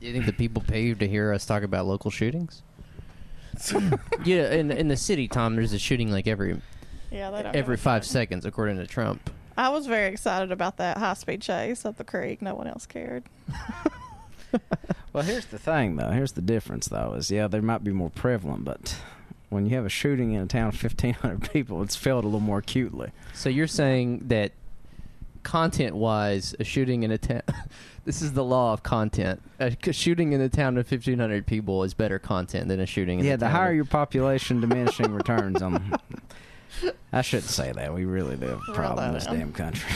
you think the people pay you to hear us talk about local shootings? yeah, in in the city, Tom, there's a shooting like every Yeah, they don't every give a five fuck. seconds, according to Trump. I was very excited about that high speed chase up the creek. No one else cared. Well, here's the thing, though. Here's the difference, though, is yeah, they might be more prevalent, but when you have a shooting in a town of 1,500 people, it's felt a little more acutely. So you're saying that content-wise, a shooting in a town. this is the law of content. A c- shooting in a town of 1,500 people is better content than a shooting. In yeah, a the town higher of- your population, diminishing returns on. I shouldn't say that. We really do have a Roll problem in this that out. um, damn country.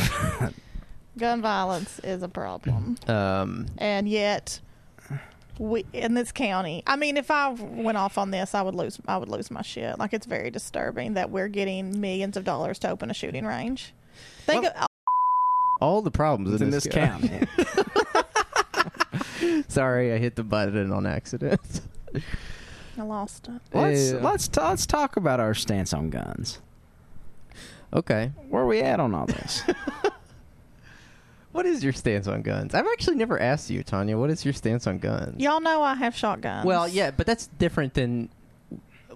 Gun violence is a problem. Um, and yet we in this county i mean if i went off on this i would lose i would lose my shit like it's very disturbing that we're getting millions of dollars to open a shooting range think of, all the problems it's in, in this county. county. Sorry, I hit the button on accident. oh, i lost it let's Yeah. let's t- let's talk about our stance on guns. okay. Where are we at on all this? What is your stance on guns? I've actually never asked you, Tanya. What is your stance on guns? y'all know i have shotguns Well, yeah, but that's different than.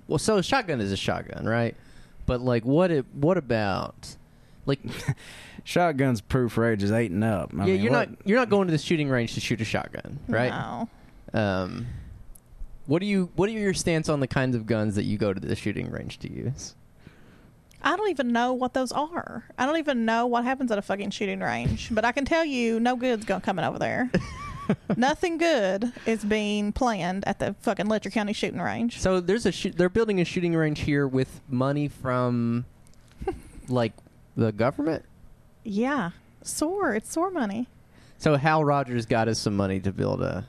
Well, so a shotgun is a shotgun, right? But like, what? It, what about? Like, Shotguns proof range is eight and up. yeah, I mean, you're what- not you're not going to the shooting range to shoot a shotgun, right? no. Um, what do you what are your stance on the kinds of guns that you go to the shooting range to use? i don't even know what those are i don't even know what happens at a fucking shooting range but i can tell you no good's going coming over there nothing good is being planned at the fucking letcher county shooting range So there's a shoo- they're building a shooting range here with money from, like, the government. yeah sore it's sore money So Hal Rogers got us some money to build a,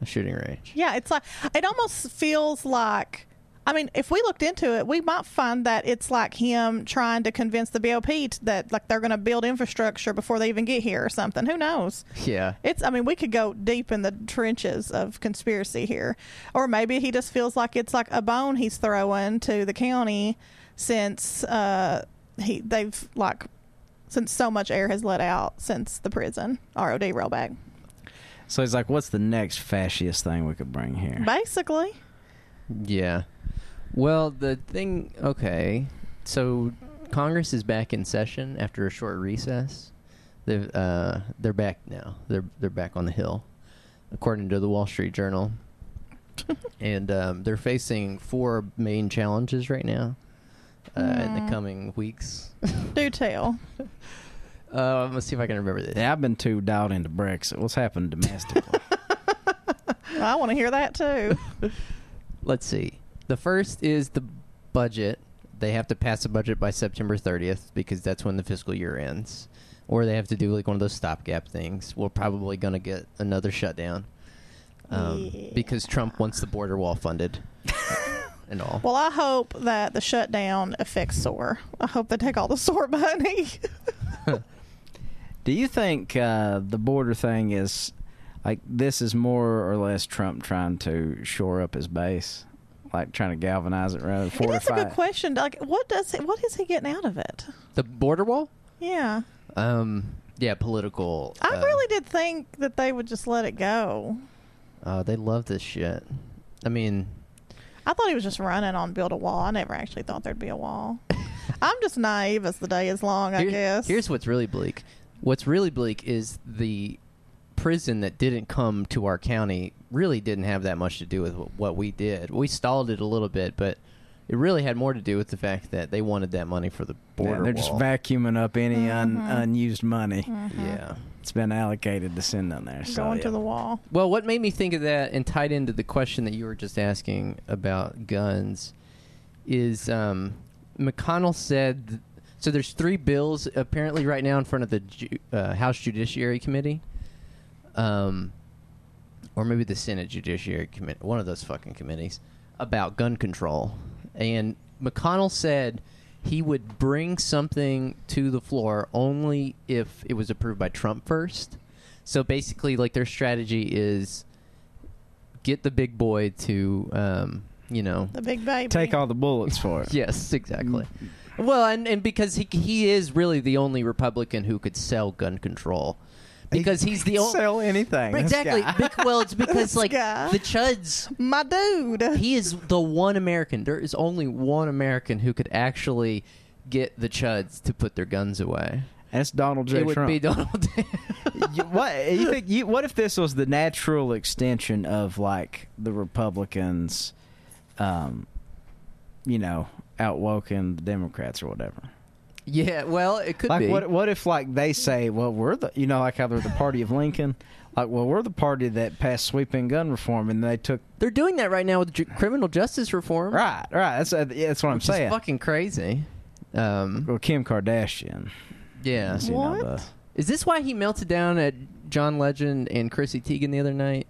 a shooting range. Yeah, it's like it almost feels like. I mean, if we looked into it, we might find that it's like him trying to convince the BOP t- that like they're going to build infrastructure before they even get here or something. Who knows? Yeah. It's. I mean, we could go deep in the trenches of conspiracy here, or maybe he just feels like it's like a bone he's throwing to the county since uh, he they've like since so much air has let out since the prison ROD rollback. So he's like, "What's the next fasciest thing we could bring here?" Basically, Yeah. Well, the thing. Okay. So Congress is back in session after a short recess. They've, uh, they're back now. They're they're back on the hill, according to the Wall Street Journal. and um, they're facing four main challenges right now uh, in the coming weeks. Mm. do tell. Uh, let's see if I can remember this. Yeah, I've been too dialed into Brexit. What's happened domestically? I want to hear that too. let's see. The first is the budget. They have to pass a budget by September 30th because that's when the fiscal year ends. Or they have to do like one of those stopgap things. We're probably going to get another shutdown um, because Trump wants the border wall funded and all. Well, I hope that the shutdown affects SOAR. I hope they take all the SOAR money. Uh, Do you think uh, the border thing is like this is more or less Trump trying to shore up his base, like trying to galvanize it rather than And that's a fortify? good it? question. Like, what does he, what is he getting out of it? the border wall? Yeah, Um, yeah, political. I uh, really did think that they would just let it go. Uh, they love this shit. I mean, I thought he was just running on build a wall. I never actually thought there'd be a wall. I'm just naive as the day is long. I Here- guess. Here's what's really bleak. What's really bleak is the prison that didn't come to our county really didn't have that much to do with wh- what we did. We stalled it a little bit, but it really had more to do with the fact that they wanted that money for the Yeah, border. they're just wall. vacuuming up any un- Mm-hmm. unused money Yeah. it's been allocated to send on there. So, going yeah. to the wall. Well, what made me think of that and tied into the question that you were just asking about guns is um, McConnell said. th- so there's three bills apparently right now in front of the ju- uh, House Judiciary Committee, um, or maybe the Senate Judiciary Committee, one of those fucking committees, about gun control. And McConnell said he would bring something to the floor only if it was approved by Trump first. So basically, like their strategy is get the big boy to, um, you know, The big baby. Take all the bullets for it. Mm-hmm. yes, exactly. Well, and and because he he is really the only Republican who could sell gun control, because he's the only sell anything. this exactly. guy. Bec- well, it's because This like guy. the chuds. My dude. He is the one American. There is only one American who could actually get the chuds to put their guns away. That's Donald J. it would Trump. be Donald. You- what you think? You, what if this was the natural extension of like the Republicans, um, you know, outwoken the Democrats or whatever? yeah. Well, it could like, be. what what if like they say, well, we're the you know like how they're the party of Lincoln, like well we're the party that passed sweeping gun reform and they took They're doing that right now with ju- criminal justice reform. right right that's uh, yeah, that's what I'm which is saying. fucking crazy. Um, Well, Kim Kardashian. yeah. is, you know, What? the- Is this why he melted down at John Legend and Chrissy Teigen the other night?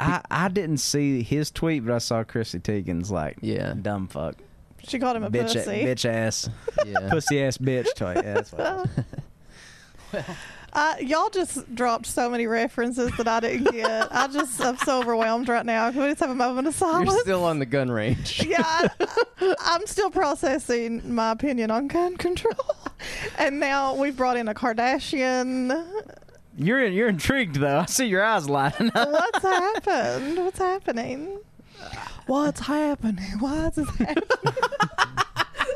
I, I didn't see his tweet, but I saw Chrissy Teigen's like, Yeah. dumb fuck, She called him a bitch, pussy. bitch ass, Yeah. pussy ass bitch tweet. Yeah, that's what it Uh, was. I, Uh, y'all just dropped so many references that I didn't get. I just I'm so overwhelmed right now. Can we just have a moment of silence? You're still on the gun range. yeah, I, I'm still processing my opinion on gun control, and now we've brought in a Kardashian. You're you're intrigued though. I see your eyes lighting up. What's happened? What's happening? What's happening? What's happening?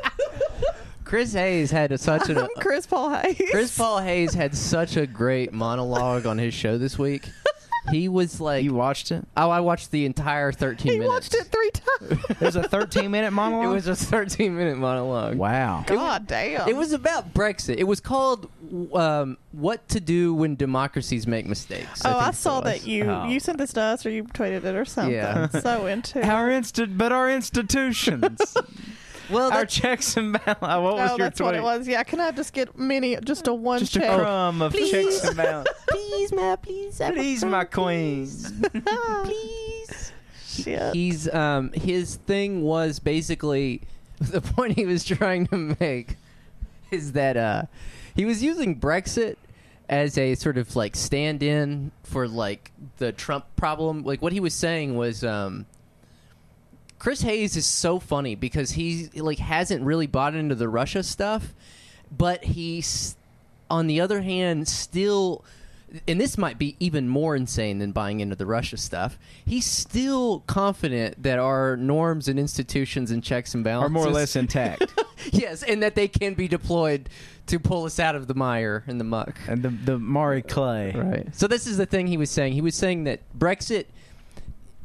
Chris Hayes had a, such I'm a Chris Paul Hayes. Chris Paul Hayes had such a great monologue on his show this week. He was like, You watched it? "Oh, I watched the entire 13 He minutes. watched it three times. There's a 13 minute It monologue. was a 13 minute monologue. wow. God damn. It was about Brexit. It was called um, "What to Do When Democracies Make Mistakes." Oh, think I it saw was. that you Oh. you sent this to us or you tweeted it or something. Yeah. So into it. Our instant, but our institutions, Well, our that's, checks and balances. What was your oh, that's tweet? what it was. Yeah, can I just get many just a one Just a check? crumb of Please. checks and balances. please, ma, please, I- Please, my queens. please. Shit. He's um his thing was basically the point he was trying to make is that uh he was using Brexit as a sort of like stand-in for like the Trump problem. Like what he was saying was um Chris Hayes is so funny because he like hasn't really bought into the Russia stuff, but he's on the other hand still and this might be even more insane than buying into the Russia stuff. He's still confident that our norms and institutions and checks and balances Are more or less intact. yes, and that they can be deployed to pull us out of the mire and the muck. and the the Mari Clay. Right. So this is the thing he was saying. He was saying that Brexit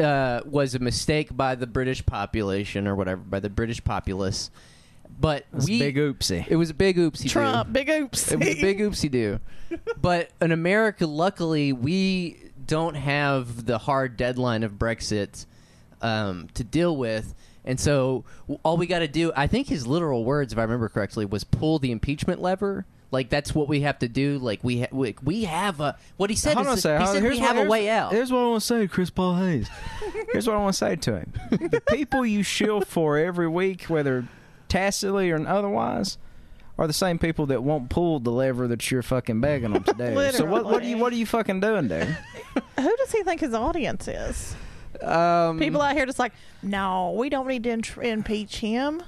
uh, was a mistake by the British population or whatever, by the British populace. But That's we, big oopsie. it was a big oopsie. Trump, big oops. It was a big oopsie do. But in America, luckily, we don't have the hard deadline of Brexit um, to deal with. And so w- all we got to do, I think his literal words, if I remember correctly, was pull the impeachment lever. Like that's what we have to do. Like we ha- we, we have a what he said Hold on a is second. he hold on. said we what- have a way out. Here's what I want to say, to Chris Paul Hayes. here's what I want to say to him: the people you shill for every week, whether tacitly or otherwise, are the same people that won't pull the lever that you're fucking begging them to do. so what, what are you what are you fucking doing, dude? Who does he think his audience is? Um, People out here just like, no, we don't need to in- impeach him.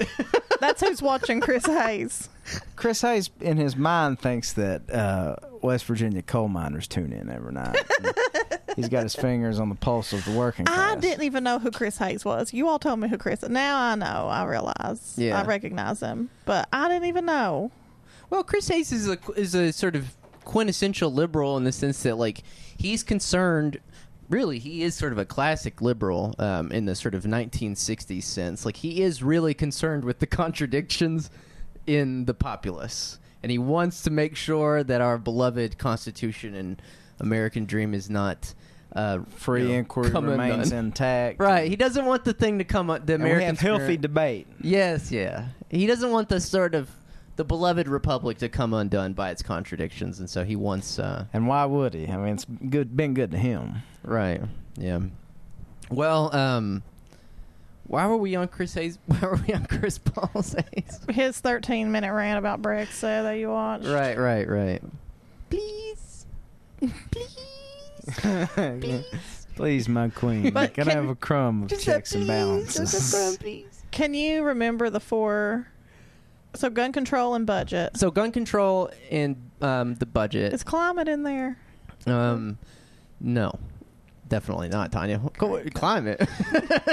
That's who's watching Chris Hayes. Chris Hayes, in his mind, thinks that uh, West Virginia coal miners tune in every night. He's got his fingers on the pulse of the working class. I didn't even know who Chris Hayes was. You all told me who Chris. Now I know. I realize. Yeah. I recognize him, but I didn't even know. Well, Chris Hayes is a is a sort of quintessential liberal in the sense that like he's concerned. Really, he is sort of a classic liberal um, in the sort of 1960s sense. Like he is really concerned with the contradictions in the populace, and he wants to make sure that our beloved Constitution and American dream is not uh, Free you know, inquiry come remains undone. intact. Right, he doesn't want the thing to come up. The And we American have healthy spirit- debate. Yes, yeah. He doesn't want the sort of the beloved republic to come undone by its contradictions, and so he wants. Uh, And why would he? I mean, it's good, been good to him. right. Yeah. Well, um, why were we on Chris Hayes? Why were we on Chris Paul's Hayes? His 13 minute rant about Brexit that you watched. Right, right, right. Please. Please. Please, my queen, But can I can- have a crumb of checks and balances? Can you remember the four? So gun control and budget. So gun control and um, the budget. Is climate in there? Um, no, definitely not, Tanya. Go- Climate.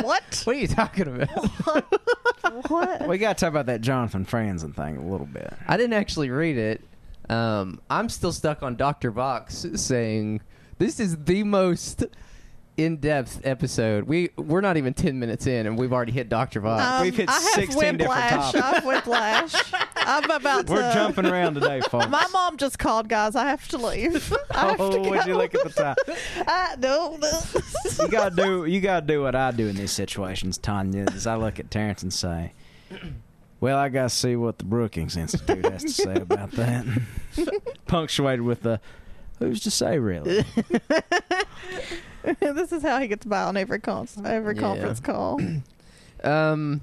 What? what are you talking about? what? We got to talk about that Jonathan Franzen thing a little bit. I didn't actually read it. Um, I'm still stuck on Dr. Box saying this is the most in-depth episode. We we're not even 10 minutes in and we've already hit Dr. Box. Um, We've hit I have 16 different whiplash. topics. I have whiplash. I'm about We're to. jumping around today, folks. My mom just called, guys. I have to leave. I have to oh, go. would you look at the time? I don't know. You gotta do. You gotta do what I do in these situations, Tanya. Is I look at Terrence and say, "Well, I gotta see what the Brookings Institute has to say about that." Punctuated with the, "Who's to say, really?" this is how he gets by on every con- every Yeah. conference call. Um,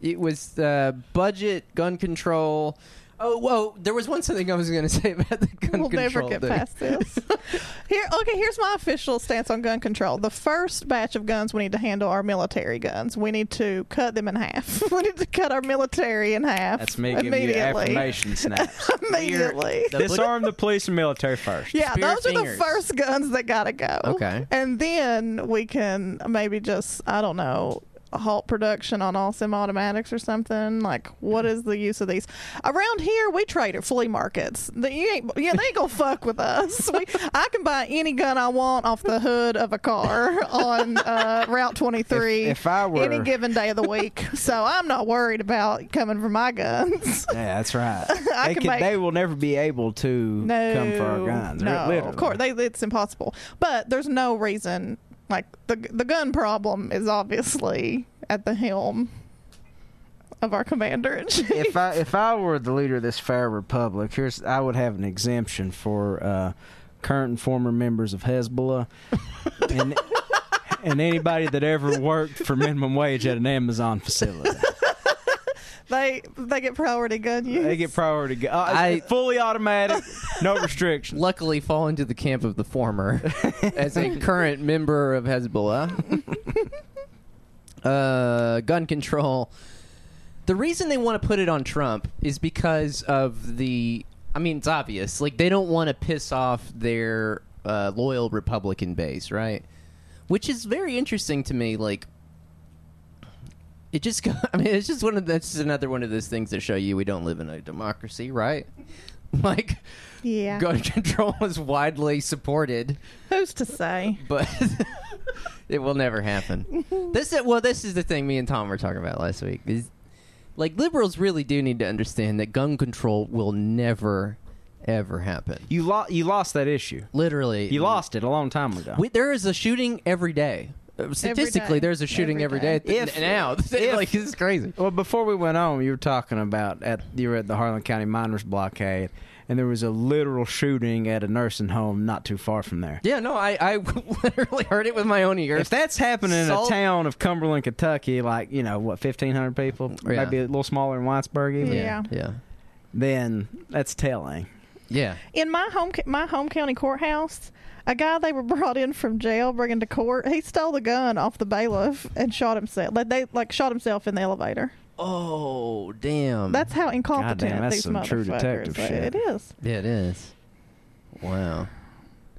it was uh, budget, gun control. Oh, whoa! There was one something I was going to say about the gun we'll control never get thing. past this. Here, okay. Here's my official stance on gun control. The first batch of guns we need to handle are military guns. We need to cut them in half. we need to cut our military in half. That's me giving you affirmation snaps. Immediately. The Disarm the police and military first. Yeah, Spear those are fingers. the first guns that gotta go. Okay. And then we can maybe just I don't know halt production on all semi-automatics or something. Like, what is the use of these? Around here, we trade at flea markets. The, you ain't, yeah, they ain't gonna fuck with us. We, I can buy any gun I want off the hood of a car on uh, Route 23 If- if I were- any given day of the week. so I'm not worried about coming for my guns. Yeah, that's right. I they, can can, make- they will never be able to no, come for our guns. No, literally. of course, they, it's impossible. But there's no reason. Like the the gun problem is obviously at the helm of our commander in chief. if I if I were the leader of this fair republic, here's I would have an exemption for uh, current and former members of Hezbollah, and and anybody that ever worked for minimum wage at an Amazon facility. they they get priority gun use. They get priority. Go- uh, I- fully automatic, no restrictions. Luckily, fall into the camp of the former as a current member of Hezbollah. uh, gun control. The reason they want to put it on Trump is because of the. I mean, it's obvious. Like they don't want to piss off their uh, loyal Republican base, right? Which is very interesting to me. Like it just go- i mean it's just one of that's just another one of those things that show you we don't live in a democracy right like yeah. gun control is widely supported Who's to say? but it will never happen this is well this is the thing me and tom were talking about last week is like liberals really do need to understand that gun control will never ever happen You lost. You lost that issue. literally You lost it a long time ago. we, there is a shooting every day Uh, statistically day. there's a shooting Every every day. day, If- now if- like this is crazy Well, before we went on, you were talking about at you were at the Harlan County miners blockade, and there was a literal shooting at a nursing home not too far from there. Yeah, no, I, I literally heard it with my own If ears. that's happening in a Salt- town of Cumberland, Kentucky, like you know what, fifteen hundred people, Yeah. maybe a little smaller in Whitesburg, even, Yeah. yeah, then that's telling. yeah. In my home ca- my home county courthouse, a guy they were brought in from jail, bringing to court, he stole the gun off the bailiff and shot himself. Like they like shot himself in the elevator. Oh, damn. That's how incompetent Um, that's these some true motherfuckers detective are. shit. It is. yeah, it is. Wow.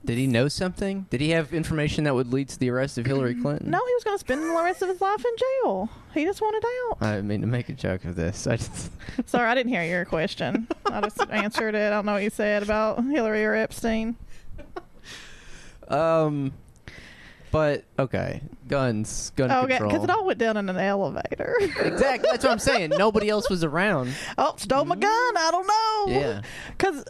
Did he know something? Did he have information that would lead to the arrest of Hillary Clinton? No, he was going to spend the rest of his life in jail. He just wanted out. I didn't mean to make a joke of this. I just Sorry, I didn't hear your question. I just answered it. I don't know what you said about Hillary or Epstein. um, but okay, guns, gun Oh, okay, control. because it all went down in an elevator. exactly. That's what I'm saying. Nobody else was around. oh, stole my gun. I don't know. Yeah. Because,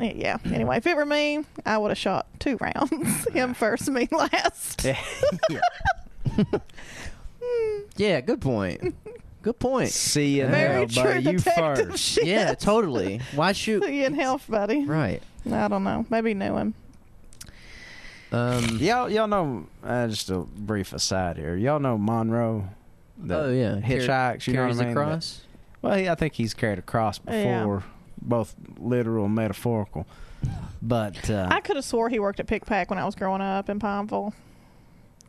yeah. Anyway, if it were me, I would have shot two rounds. Him first, me last. Yeah, good point. Good point. See you in hell, Very true buddy. You detective first. shit. Yeah, totally. Why shoot? See you in health, buddy. Right. I don't know. Maybe he knew him. Um. Y'all, y'all know. Uh, just a brief aside here. Y'all know Monroe. that oh yeah. hitchhikes. you know carries what I mean? That- across. Well, he, I think he's carried a cross before, Yeah. both literal and metaphorical. But uh, I could have swore he worked at Pickpack when I was growing up in Pineville.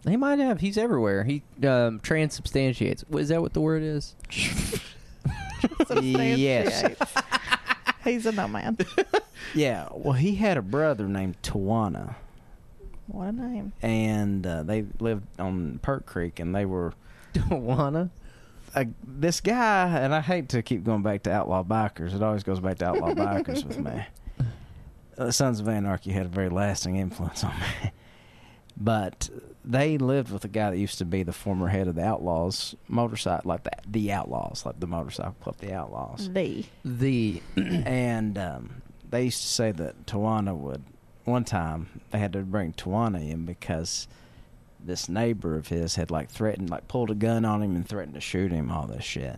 He might have. He's everywhere. He um, transubstantiates. What- Is that what the word is? Substantiate. Yes. He's a no man. Yeah, well, he had a brother named Tawana, What a name. and uh, they lived on Perk Creek, and they were Don't wanna. uh, this guy. And I hate to keep going back to outlaw bikers; it always goes back to outlaw bikers with me. Uh, Sons of Anarchy had a very lasting influence on me, but they lived with a guy that used to be the former head of the Outlaws motorcycle, like the, the Outlaws, like the motorcycle club, the Outlaws. D. The and um, they used to say that Tawana would. One time, they had to bring Tawana in because this neighbor of his had like threatened, like pulled a gun on him and threatened to shoot him. All this shit,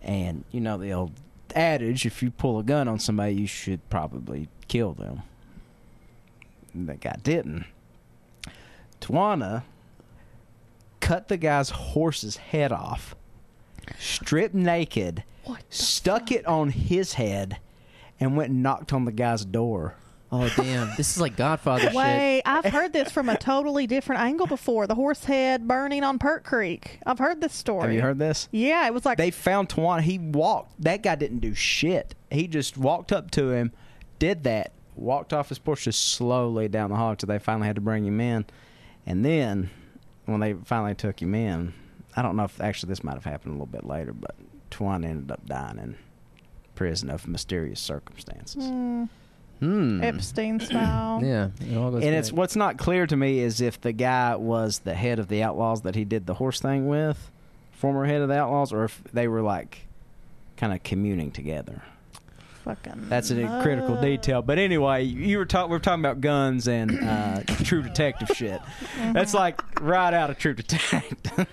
and you know the old adage: if you pull a gun on somebody, you should probably kill them. And that guy didn't. Tawana cut the guy's horse's head off, stripped naked, What? stuck it on his head and went and knocked on the guy's door. oh damn, this is like Godfather shit. Wait, I've heard this from a totally different angle before. The horse head burning on Pert Creek. I've heard this story. Have you heard this? Yeah, it was like They found Tawana. He walked. That guy didn't do shit. He just walked up to him, did that, walked off his porch just slowly down the hall till they finally had to bring him in. And then when they finally took him in, I don't know if actually this might have happened a little bit later, but Tawana ended up dying in prison of mysterious circumstances. mm, Hmm. Epstein style. Yeah. It all goes and it's back. what's not clear to me is if the guy was the head of the outlaws that he did the horse thing with former head of the outlaws or if they were like kind of communing together Fucking. that's a nuts. critical detail but anyway you were talking we were talking about guns and uh, true detective shit that's like right out of true detective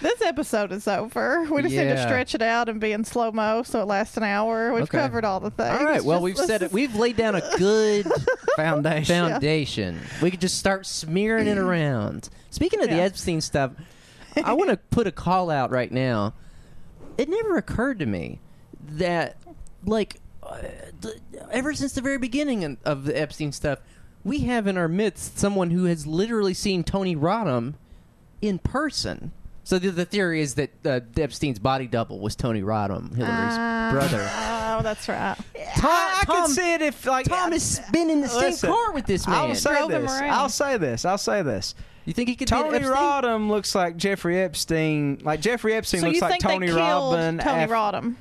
This episode is over. We just need to Yeah. stretch it out and be in slow mo so it lasts an hour. We've Okay. covered all the things. all right. Well, Just we've let's said it. just- We've laid down a good foundation foundation. We could just start smearing it around. Speaking of the Yeah. Epstein stuff, I want to put a call out right now. It never occurred to me that, like, uh, th- ever since the very beginning of- of the Epstein stuff, we have in our midst someone who has literally seen Tony Rodham in person. So the, the theory is that uh, Epstein's body double was Tony Rodham, Hillary's Ah, brother. Oh, that's right. Tom, i, I Tom- could see it if like Tom has been in the same Listen, car with this man. I'll say Drove him this. around. I'll say this. I'll say this. you think he could be Tony Epstein? uh, Rodham looks like Jeffrey Epstein. Like Jeffrey Epstein So you looks like think Tony they killed Rodham. Tony af- Rodham?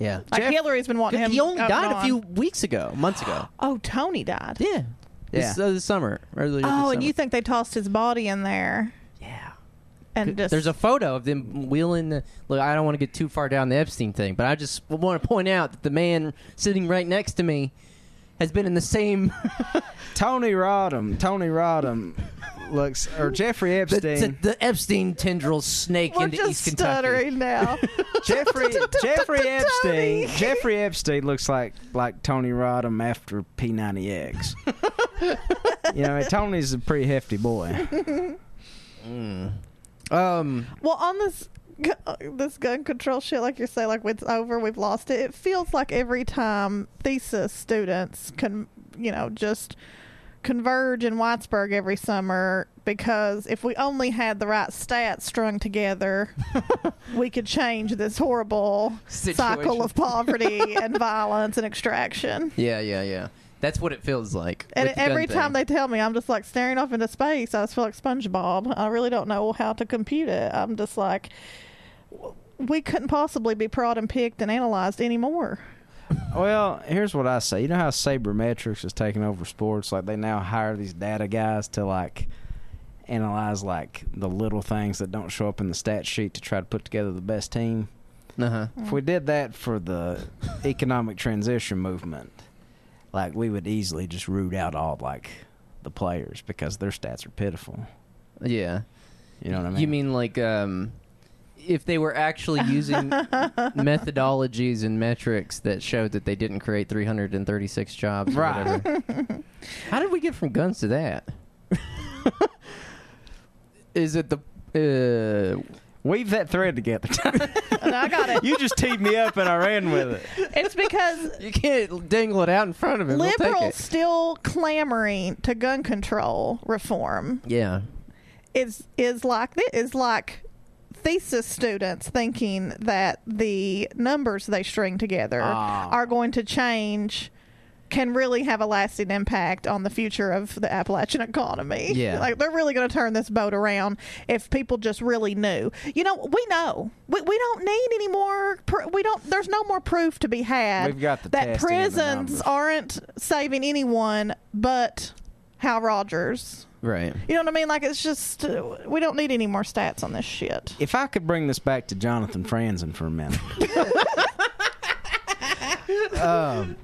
Yeah. Like Jeff- Hillary's been wanting him. he only out died and a on. few weeks ago, months ago. Oh, Tony died. Yeah. This, Yeah. uh, this summer. earlier this Oh, and summer. you think they tossed his body in there Yeah. and just There's a photo of them wheeling the. Look, I don't want to get too far down the Epstein thing, but I just want to point out that the man sitting right next to me has been in the same. Tony Rodham. Tony Rodham looks, or Jeffrey the, Epstein. the Epstein tendrils snake we're into just East Kentucky. stuttering now. Jeffrey Jeffrey Tony. Epstein. Jeffrey Epstein looks like like Tony Rodham after P90X. you know, Tony's a pretty hefty boy. Mm. Um, well, on this gu- this gun control shit, like you say, like it's over, we've lost it. It feels like every time thesis students can, you know, just converge in Whitesburg every summer because if we only had the right stats strung together, we could change this horrible cycle Situation. of poverty and violence and extraction. yeah, yeah, yeah. That's what it feels like. And with the gun every thing. time they tell me, I'm just like staring off into space. I just feel like SpongeBob. I really don't know how to compute it. I'm just like, w- we couldn't possibly be prod and picked and analyzed anymore. Well, here's what I say. You know how sabermetrics is taking over sports? Like they now hire these data guys to like analyze like the little things that don't show up in the stat sheet to try to put together the best team. Uh-huh. If we did that for the economic transition movement, like we would easily just root out all like the players because their stats are pitiful. Yeah. You know what I mean? You mean like um, if they were actually using methodologies and metrics that showed that they didn't create 336 jobs, or Right. whatever. How did we get from guns to that? Is it the uh, weave that thread together? And I got it. you just teed me up and I ran with it. It's because you can't dangle it out in front of him? We'll take liberals it. still clamoring to gun control reform. Yeah. is is like thi- is like thesis students thinking that the numbers they string together Ah. are going to change can really have a lasting impact on the future of the Appalachian economy. Yeah. Like they're really going to turn this boat around if people just really knew. You know, we know. We, we don't need any more pr- we don't there's no more proof to be had We've got the that testing and the prisons numbers. aren't saving anyone but Hal Rogers. Right. You know what I mean? Like it's just uh, we don't need any more stats on this shit. If I could bring this back to Jonathan Franzen for a minute. um,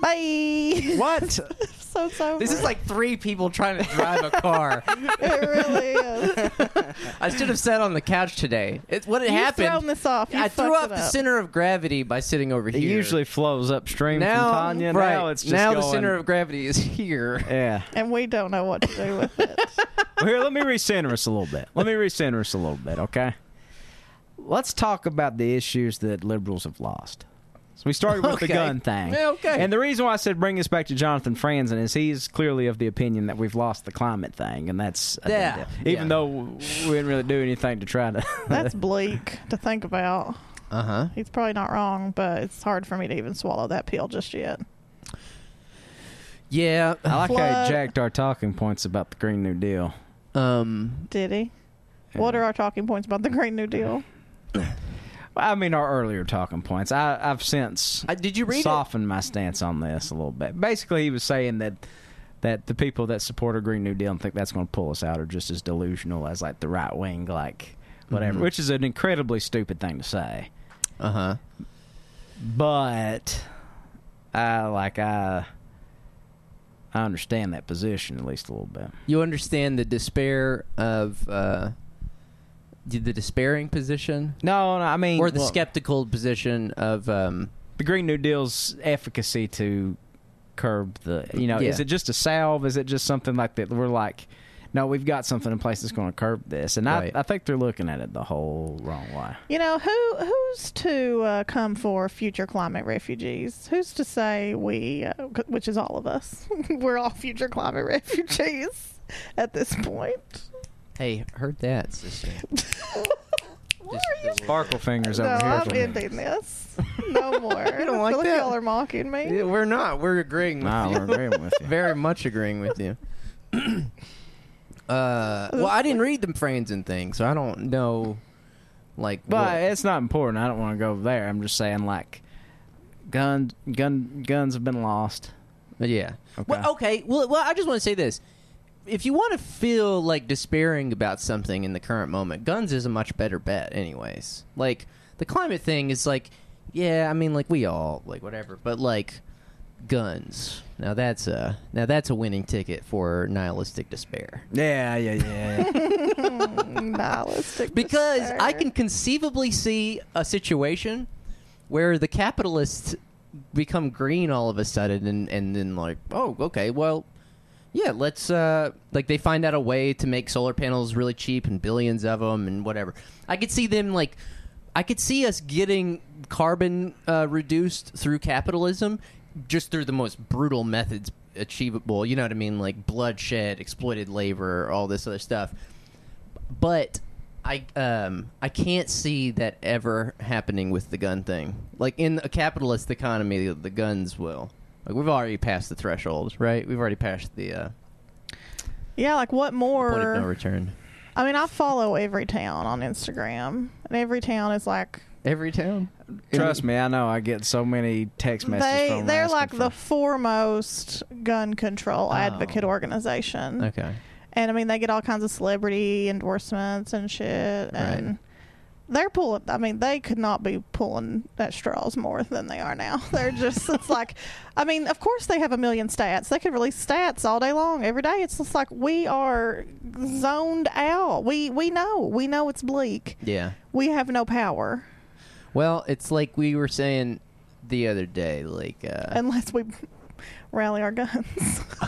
Bye. what? so so. This is like three people trying to drive a car. it really is. I should have sat on the couch today. It, what had You've thrown happened? this off. You I threw fucked off it the up. center of gravity by sitting over It here. usually flows upstream now, from Tanya. right, Now it's just now the going- center of gravity is here. Yeah. and we don't know what to do with it. Well, here, let me recenter us a little bit. Let me recenter us a little bit, okay? Let's talk about the issues that liberals have lost. So we started with the Okay. gun thing. Yeah, okay. And the reason why I said bring this back to Jonathan Franzen is he's clearly of the opinion that we've lost the climate thing, and that's a Yeah. dead deal. Even Yeah. though we didn't really do anything to try to. That's bleak to think about. Uh huh. He's probably not wrong, but it's hard for me to even swallow that pill just yet. Yeah. uh, I like how Flood. he jacked our talking points about the Green New Deal. Um. Did he? What are our talking points about the Green New Deal? I mean, our earlier talking points. I, I've since I, did you read it? softened my stance on this a little bit. Basically, he was saying that that the people that support a Green New Deal and think that's going to pull us out are just as delusional as like the right wing, like whatever, Mhm. which is an incredibly stupid thing to say. Uh huh. But I like I I understand that position at least a little bit. You understand the despair of uh, the the despairing position No, no I mean or the well, skeptical position of um. the Green New Deal's efficacy to curb the you know Yeah. is it just a salve? Is it just something like that? We're like, no, we've got something in place that's going to curb this, and Right. I I think they're looking at it the whole wrong way. You know who who's to uh, come for future climate refugees? Who's to say we, uh, c- which is all of us, we're all future climate refugees at this point? Hey, heard that, sister. Why are you? Sparkle fingers No, over here. I'm for me. ending this. No more. I don't like feel that. Y'all are mocking me. we're not. We're agreeing with No, you. we're agreeing with you. Very much agreeing with you. uh, well, I didn't read the Franzen thing, so I don't know. Like, But what- it's not important. I don't want to go there. I'm just saying like, guns gun guns have been lost. But yeah. Okay. Well, okay. Well, well, I just want to say this. If you want to feel like despairing about something in the current moment, guns is a much better bet, anyways. Like the climate thing is like, yeah, I mean, like we all like whatever, but like guns. Now that's a now that's a winning ticket for nihilistic despair. Yeah, yeah, yeah. yeah. Nihilistic because despair. I can conceivably see a situation where the capitalists become green all of a sudden, and and then like, oh, okay, well, yeah, let's uh, like they find out a way to make solar panels really cheap and billions of them and whatever. I could see them like, I could see us getting carbon uh, reduced through capitalism, just through the most brutal methods achievable. You know what I mean? Like bloodshed, exploited labor, all this other stuff but I um I can't see that ever happening with the gun thing. Like in a capitalist economy, the guns will. Like we've already passed the threshold, right? We've already passed the uh, yeah, like what point of no more? return. I mean, I follow every town on Instagram, and every town is like Every town, Trust me, I know. I get so many text messages. they from they're asking like for- the foremost gun control Oh. advocate organization. Okay, And I mean, they get all kinds of celebrity endorsements and shit. And Right. they're pulling, I mean, they could not be pulling at straws more than they are now. They're just, it's like, I mean, of course they have a million stats. They could release stats all day long, every day. It's just like, we are zoned out. We, we know, we know it's bleak. yeah. We have no power Well, it's like we were saying the other day. Like uh, unless we rally our guns.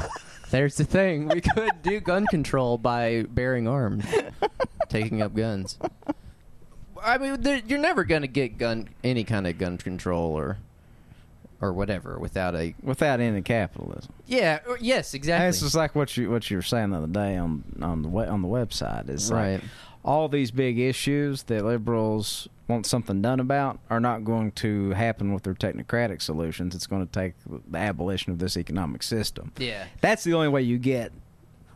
there's the thing we could do gun control by bearing arms, taking up guns. I mean, there, you're never gonna get gun any kind of gun control or or whatever without a without any capitalism. yeah or- yes exactly It's just like what you what you were saying the other day on on the we- on the website. It's right like all these big issues that liberals want something done about are not going to happen with their technocratic solutions. It's going to take the abolition of this economic system. yeah That's the only way you get.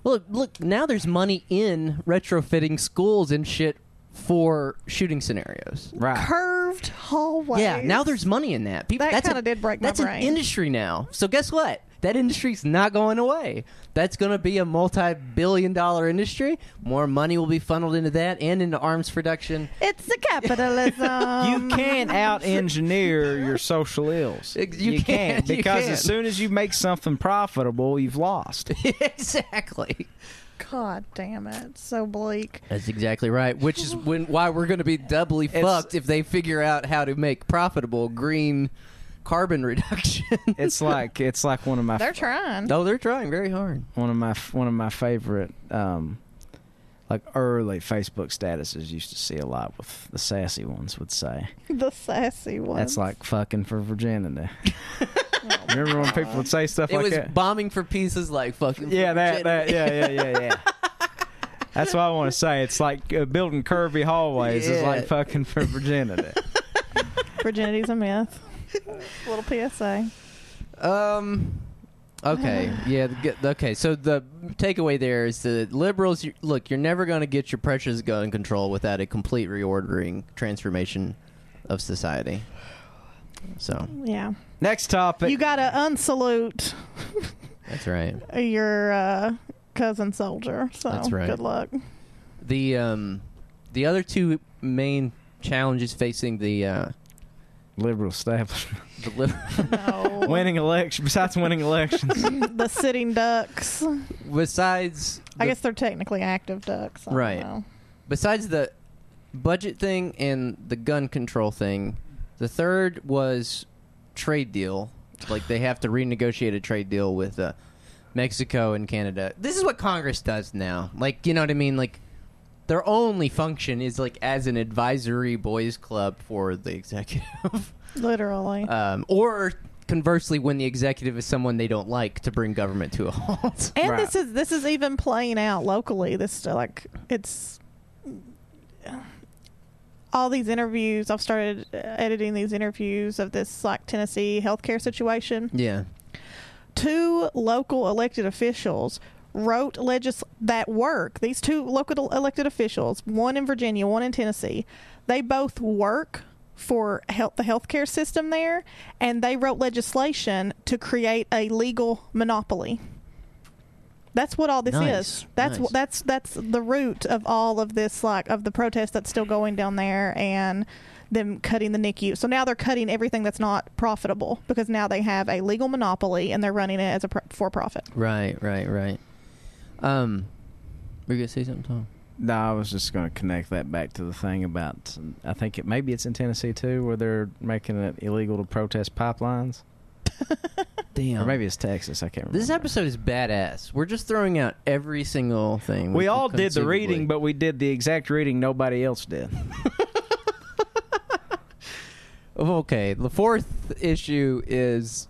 Well, look, now there's money in retrofitting schools and shit for shooting scenarios. Right. Curved hallways. Yeah, now there's money in that. People, That that's a- kinda did break my That's brain. an industry now. So guess what? That industry's not going away. That's going to be a multi-billion dollar industry. More money will be funneled into that and into arms production. It's the capitalism. you Um, can't out engineer your social ills. Ex- you can't, you because can't. as soon as you make something profitable, you've lost. exactly. God damn it. So bleak. That's exactly right. Which is when why we're going to be doubly It's- fucked if they figure out how to make profitable green carbon reduction. It's like it's like one of my They're trying. no, they're trying very hard. one of my one of my favorite um like early Facebook statuses used to see a lot with the sassy ones would say. The sassy Oh one. That's like fucking for virginity. Remember when people would say stuff Oh it like was that? bombing for pieces like fucking yeah, that, that, yeah, yeah, yeah, yeah. That's what I want to say. It's like uh, building curvy hallways is Yeah. like fucking for virginity. Virginity's a myth. Little PSA. um okay yeah the, g- okay so the takeaway there is that liberals you, look you're never going to get your precious gun control without a complete reordering transformation of society so Yeah. Next topic. you gotta unsalute that's right your uh, cousin soldier. So That's right. good luck. the um the other two main challenges facing the uh liberal establishment the liber- No. winning election. Besides winning elections, the sitting ducks. besides I the- guess they're technically active ducks. I don't Right. know. besides the budget thing and the gun control thing, the third was trade deal. Like they have to renegotiate a trade deal with uh, Mexico and Canada. This is what Congress does now. Like you know what I mean? Like their only function is like as an advisory boys club for the executive, Literally. Uh, um, or conversely, when the executive is someone they don't like, to bring government to a halt. and Right. this is this is even playing out locally. This uh, like it's all these interviews. I've started uh, editing these interviews of this like Tennessee healthcare situation. yeah. Two local elected officials wrote legis that work. These two local elected officials, one in Virginia, one in Tennessee, they both work for health the healthcare system there, and they wrote legislation to create a legal monopoly. That's what all this Nice. is. That's Nice. wh- that's that's the root of all of this, like of the protest that's still going down there, and them cutting the NICU. So now they're cutting everything that's not profitable because now they have a legal monopoly and they're running it as a pro- for profit. Right. Right. Right. Um, were you gonna say something, Tom? no, I was just going to connect that back to the thing about. I think it maybe it's in Tennessee too, where they're making it illegal to protest pipelines, Damn. or maybe it's Texas. I can't remember. This episode is badass. We're just throwing out every single thing. We could all did the conceivably- reading, but we did the exact reading nobody else did. Oh, okay. The fourth issue is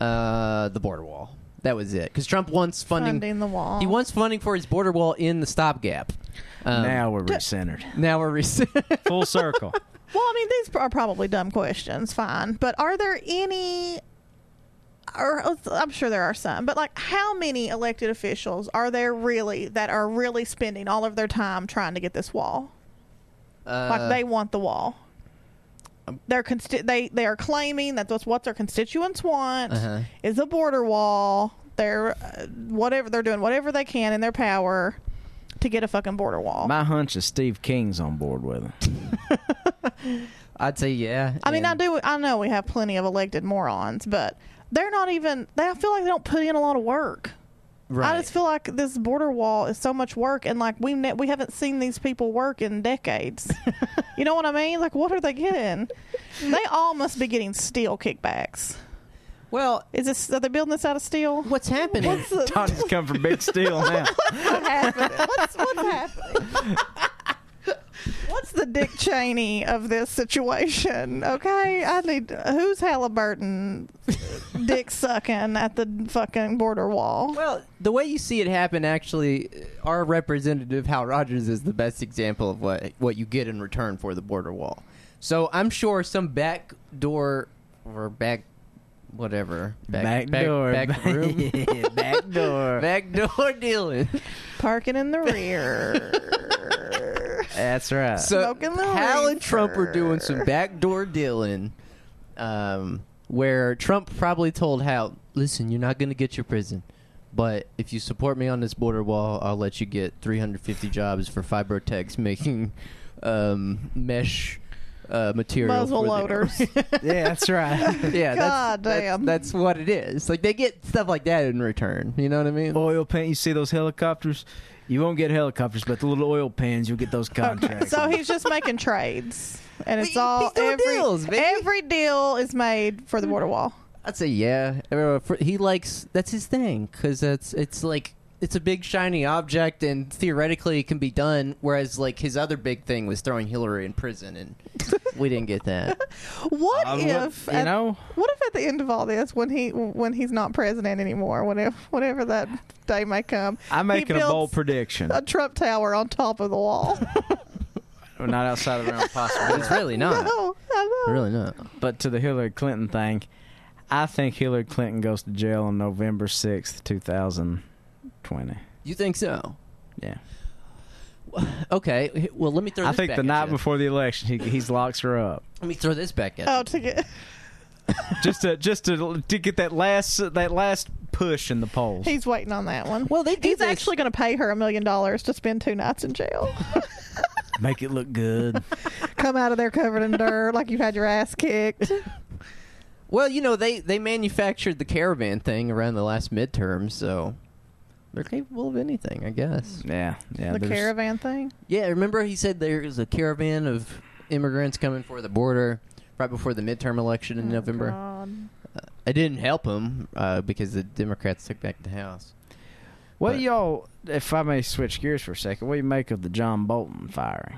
uh, the border wall. That was it. Because Trump wants funding. Funding the wall. He wants funding for his border wall in the stopgap. Um, now we're recentered. now we're re- Full circle. Well, I mean, these are probably dumb questions, fine. But are there any? Or uh, I'm sure there are some, but like, how many elected officials are there really that are really spending all of their time trying to get this wall? uh, um, Like they want the wall. They're consti- they they are claiming that that's what their constituents want Uh-huh. is a border wall. They're uh, whatever they're doing, whatever they can in their power to get a fucking border wall. My hunch is Steve King's on board with it. I'd say yeah. I mean, I and- do. I know we have plenty of elected morons, but they're not even. They I feel like they don't put in a lot of work. Right. I just feel like this border wall is so much work, and like we ne- we haven't seen these people work in decades. you know what I mean? Like, what are they getting? they all must be getting steel kickbacks. well, Is this are they building this out of steel? what's happening? What's the, Donnie's come for big steel now. what's happening? What's, what's happening? What's the dick Cheney of this situation. Okay, I need who's Halliburton dick sucking at the fucking border wall. Well, the way you see it happen, actually, uh, our representative Hal Rogers is the best example of what what you get in return for the border wall. So I'm sure some back door or back whatever Back, door. back, back room Yeah, back door. back door dealing. Parking in the rear. That's right. So Smoking the Hal and Trump are doing some reefer. backdoor dealing, um, where Trump probably told Hal, "Listen, you're not going to get your prison, but if you support me on this border wall, I'll let you get 350 jobs for Fibrotex making um, mesh uh, material Muzzle for the- loaders. yeah, that's right. yeah, God that's, that's- damn. that's what it is. Like they get stuff like that in return. You know what I mean? oil pan. You see those helicopters? You won't get helicopters, but the little oil pans, you'll get those contracts. so he's just making trades, and it's Well, all he's doing every deals, baby. every deal is made for the border wall. I'd say yeah. I mean, for- He likes that's his thing because that's it's like it's a big shiny object and theoretically it can be done. Whereas like his other big thing was throwing Hillary in prison and we didn't get that. What Um, if you at- know? What if at the end of all this, when he when he's not president anymore, whenever whenever that day may come, I'm he making a bold builds prediction. a Trump Tower on top of the wall. Well, not outside of the realm of possibility. It's really not. no, I know. Really not. But to the Hillary Clinton thing, I think Hillary Clinton goes to jail on November 6th, 2020. You think so? Yeah. Okay. h- Well, let me throw. I this think back the at night you. before the election, he, he locks her up Let me throw this back at. you. Oh, to get just to just to to get that last that last push in the polls. he's waiting on that one. Well, they do he's this- actually going to pay her a million dollars to spend two nights in jail. Make it look good. Come out of there covered in dirt, like you've had your ass kicked. Well, you know they they manufactured the caravan thing around the last midterm, so they're capable of anything, I guess. yeah, yeah. the there's- caravan thing. Yeah, remember he said there was a caravan of immigrants coming for the border right before the midterm election in Oh, November. Uh, God. It didn't help him uh, because the Democrats took back the House. What do But- y'all, if I may switch gears for a second, what do you make of the John Bolton firing?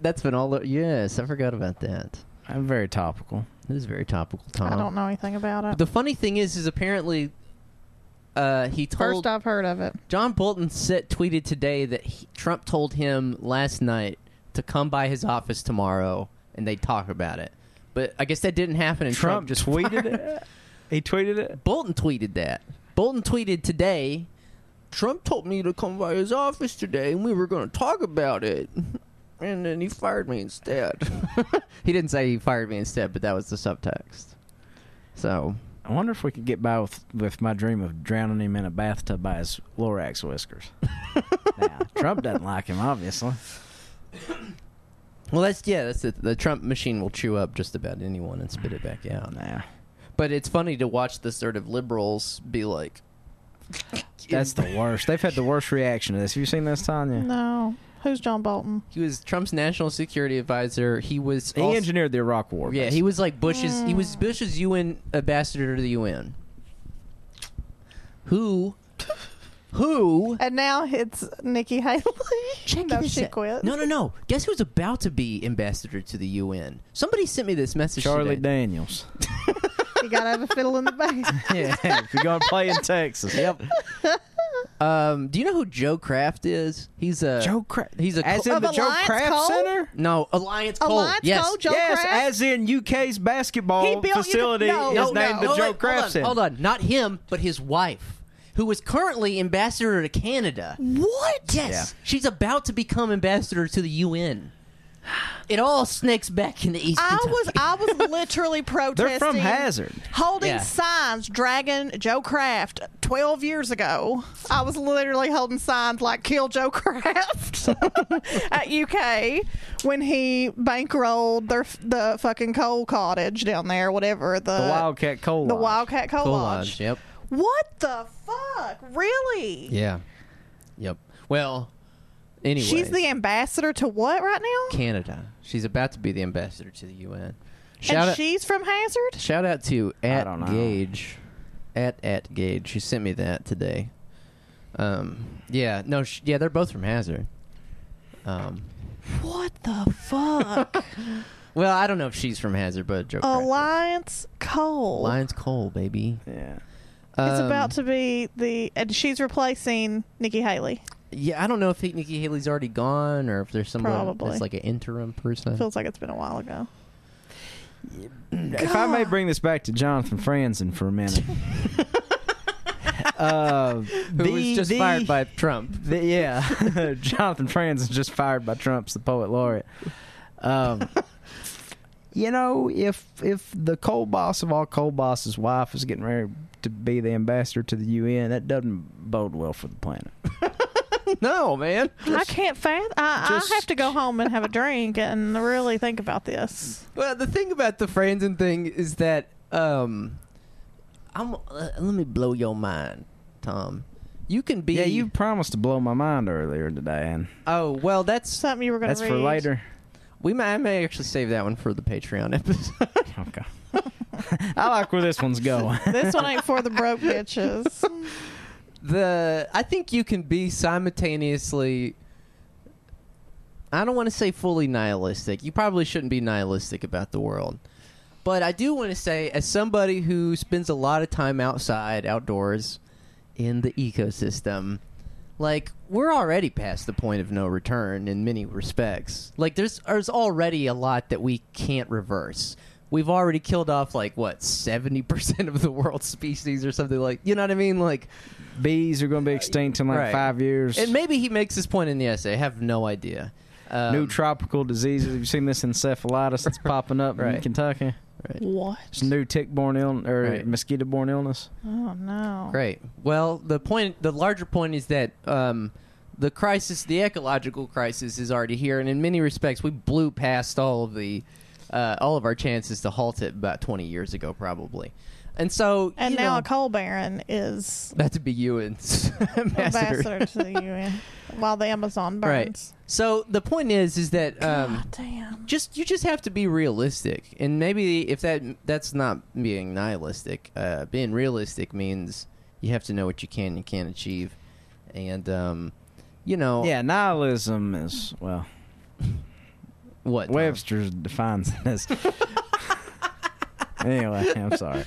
That's been all. o- Yes, I forgot about that. I'm very topical. This is very topical, Tom. I don't know anything about it. The funny thing is, is apparently uh, he told First I've heard of it. John Bolton said, tweeted today that he, Trump told him last night to come by his office tomorrow and they talk about it. But I guess that didn't happen. And Trump, just fired him. it. He tweeted it. Bolton tweeted that. Bolton tweeted today. Trump told me to come by his office today, and we were going to talk about it. And then he fired me instead. he didn't say he fired me instead, but that was the subtext. So I wonder if we could get by with, with my dream of drowning him in a bathtub by his Lorax whiskers. now, Trump doesn't like him, obviously. Well, that's yeah, that's it. The Trump machine will chew up just about anyone and spit it back out. Nah, But it's funny to watch the sort of liberals be like, that's the worst. They've had the worst reaction to this. Have you seen this, Tanya? No. Who's John Bolton? he was Trump's national security advisor. He was He also- engineered the Mm. Iraq War. yeah, he was like Bush's. He was Bush's UN ambassador to the UN. Who, who? And now it's Nikki Haley. no, this she out. quit. No, no, no. Guess who's about to be ambassador to the UN? Somebody sent me this message. Charlie today. Daniels. You gotta have a fiddle in the bass. yeah, if you're going to play in Texas. Yep. um, do you know who Joe Kraft is? He's a Joe Kraft. He's a As co- in Of the Joe Alliance Kraft Coal? Center? No, Alliance Coal. Alliance yes. Coal, Joe yes, Kraft? as in UK's basketball He built- you facility could- no, is no, named no. the Oh, wait, Joe hold Kraft on, Center. Hold on, not him, but his wife, who is currently ambassador to Canada. what? Yes, Yeah. she's about to become ambassador to the UN. It all snakes back into East I Kentucky. was I was literally They're protesting. from Hazard. Holding Yeah. signs, dragging Joe Kraft twelve years ago. I was literally holding signs like "Kill Joe Kraft" at UK when he bankrolled their the fucking coal cottage down there, whatever the The Uh, Wildcat Coal the Lodge. Wildcat Coal, Coal Lodge. Lodge, Yep. What the fuck? Really? Yeah. Yep. Well, anyway, She's the ambassador to what right now? Canada. She's about to be the ambassador to the UN. Shout and out, she's from Hazard? shout out to at don't know. Gage, at at Gage. She sent me that today. Um, yeah, no, sh- yeah, they're both from Hazard. Um, the fuck? Well, I don't know if she's from Hazard, but Joe. Cracker. Alliance Cole. Lion's Cole, baby. Um, Yeah. It's about to be the and she's replacing Nikki Haley. Yeah, I don't know if he, Nikki Haley's already gone or if there's someone Probably. that's like an interim person. Feels like it's been a while ago. If I may bring this back to Jonathan Franzen for a minute. uh, who was just fired by Trump. The, yeah, Jonathan Franz is just fired by Trump's the poet laureate. Um, you know, if if the coal boss of all coal bosses' wife is getting ready to be the ambassador to the UN, that doesn't bode well for the planet. no, man. I can't fathom. I, just- I have to go home and have a drink and really think about this. Well, the thing about the Franzen thing is that um, I'm. Uh, let me blow your mind, Tom. You can be. Yeah, you promised to blow my mind earlier today, and Oh well, that's Something you were going to that's read. for later. we. May, I may actually save that one for the Patreon episode. Okay. Oh, I like where this one's going. This one ain't for the broke bitches. the I think you can be simultaneously. I don't want to say fully nihilistic. You probably shouldn't be nihilistic about the world. But I do want to say, as somebody who spends a lot of time outside, outdoors, in the ecosystem, like we're already past the point of no return in many respects. Like there's there's already a lot that we can't reverse. We've already killed off like what seventy percent of the world's species or something like you know what I mean? Like Bees are going to be extinct in like Right. five years. and maybe he makes this point in the essay. I have no idea. Um, New tropical diseases. Have you seen this encephalitis that's popping up in Right. Kentucky? what? It's a new tick-borne illness or Right. mosquito-borne illness. Oh no. Great. Well, the point, the larger point is that um, the crisis, the ecological crisis, is already here, and in many respects, we blew past all of the, uh, all of our chances to halt it about twenty years ago, probably. And so, And you now know, a coal baron is that to be you and ambassador. ambassador to the UN while the Amazon Right. burns. So the point is, is that um, God damn. just you just have to be realistic and maybe if that that's not being nihilistic uh, being realistic means you have to know what you can and can't achieve and um, you know Yeah, nihilism is well. what Tom? Webster's defines it as. anyway, I'm sorry.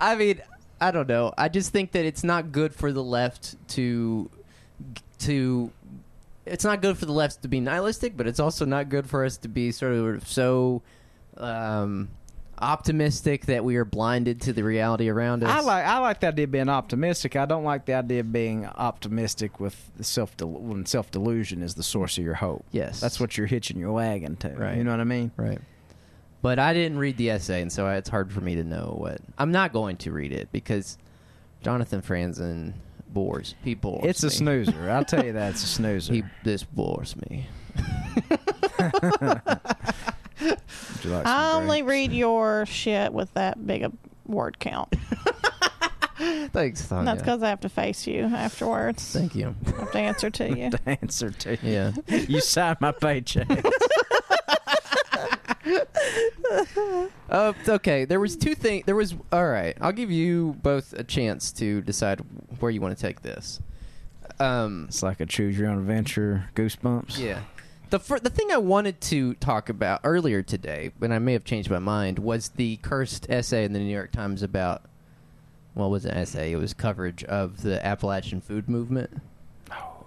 i mean i don't know i just think that it's not good for the left to to it's not good for the left to be nihilistic but it's also not good for us to be sort of so um, optimistic that we are blinded to the reality around us I like I like the idea of being optimistic. I don't like the idea of being optimistic with self when self delusion is the source of your hope. yes That's what you're hitching your wagon to. Right. You know what I mean? Right. But I didn't read the essay, and so it's hard for me to know what. I'm not going to read it because Jonathan Franzen bores people. It's a snoozer. I'll tell you that it's a snoozer. He this bores me. Would you like some I only drink? read your shit with that big a word count. Thanks, Tanya. And that's because I have to face you afterwards. Oh, Thank you. I have to answer to you. the answer to Yeah. you signed my paycheck. Uh, okay. There was two things. There was all right. I'll give you both a chance to decide where you want to take this. Um, it's like a choose your own adventure goosebumps. Yeah. The fir- the thing I wanted to talk about earlier today, and I may have changed my mind, was the cursed essay in the New York Times about well, it was an essay. It was coverage of the Appalachian food movement.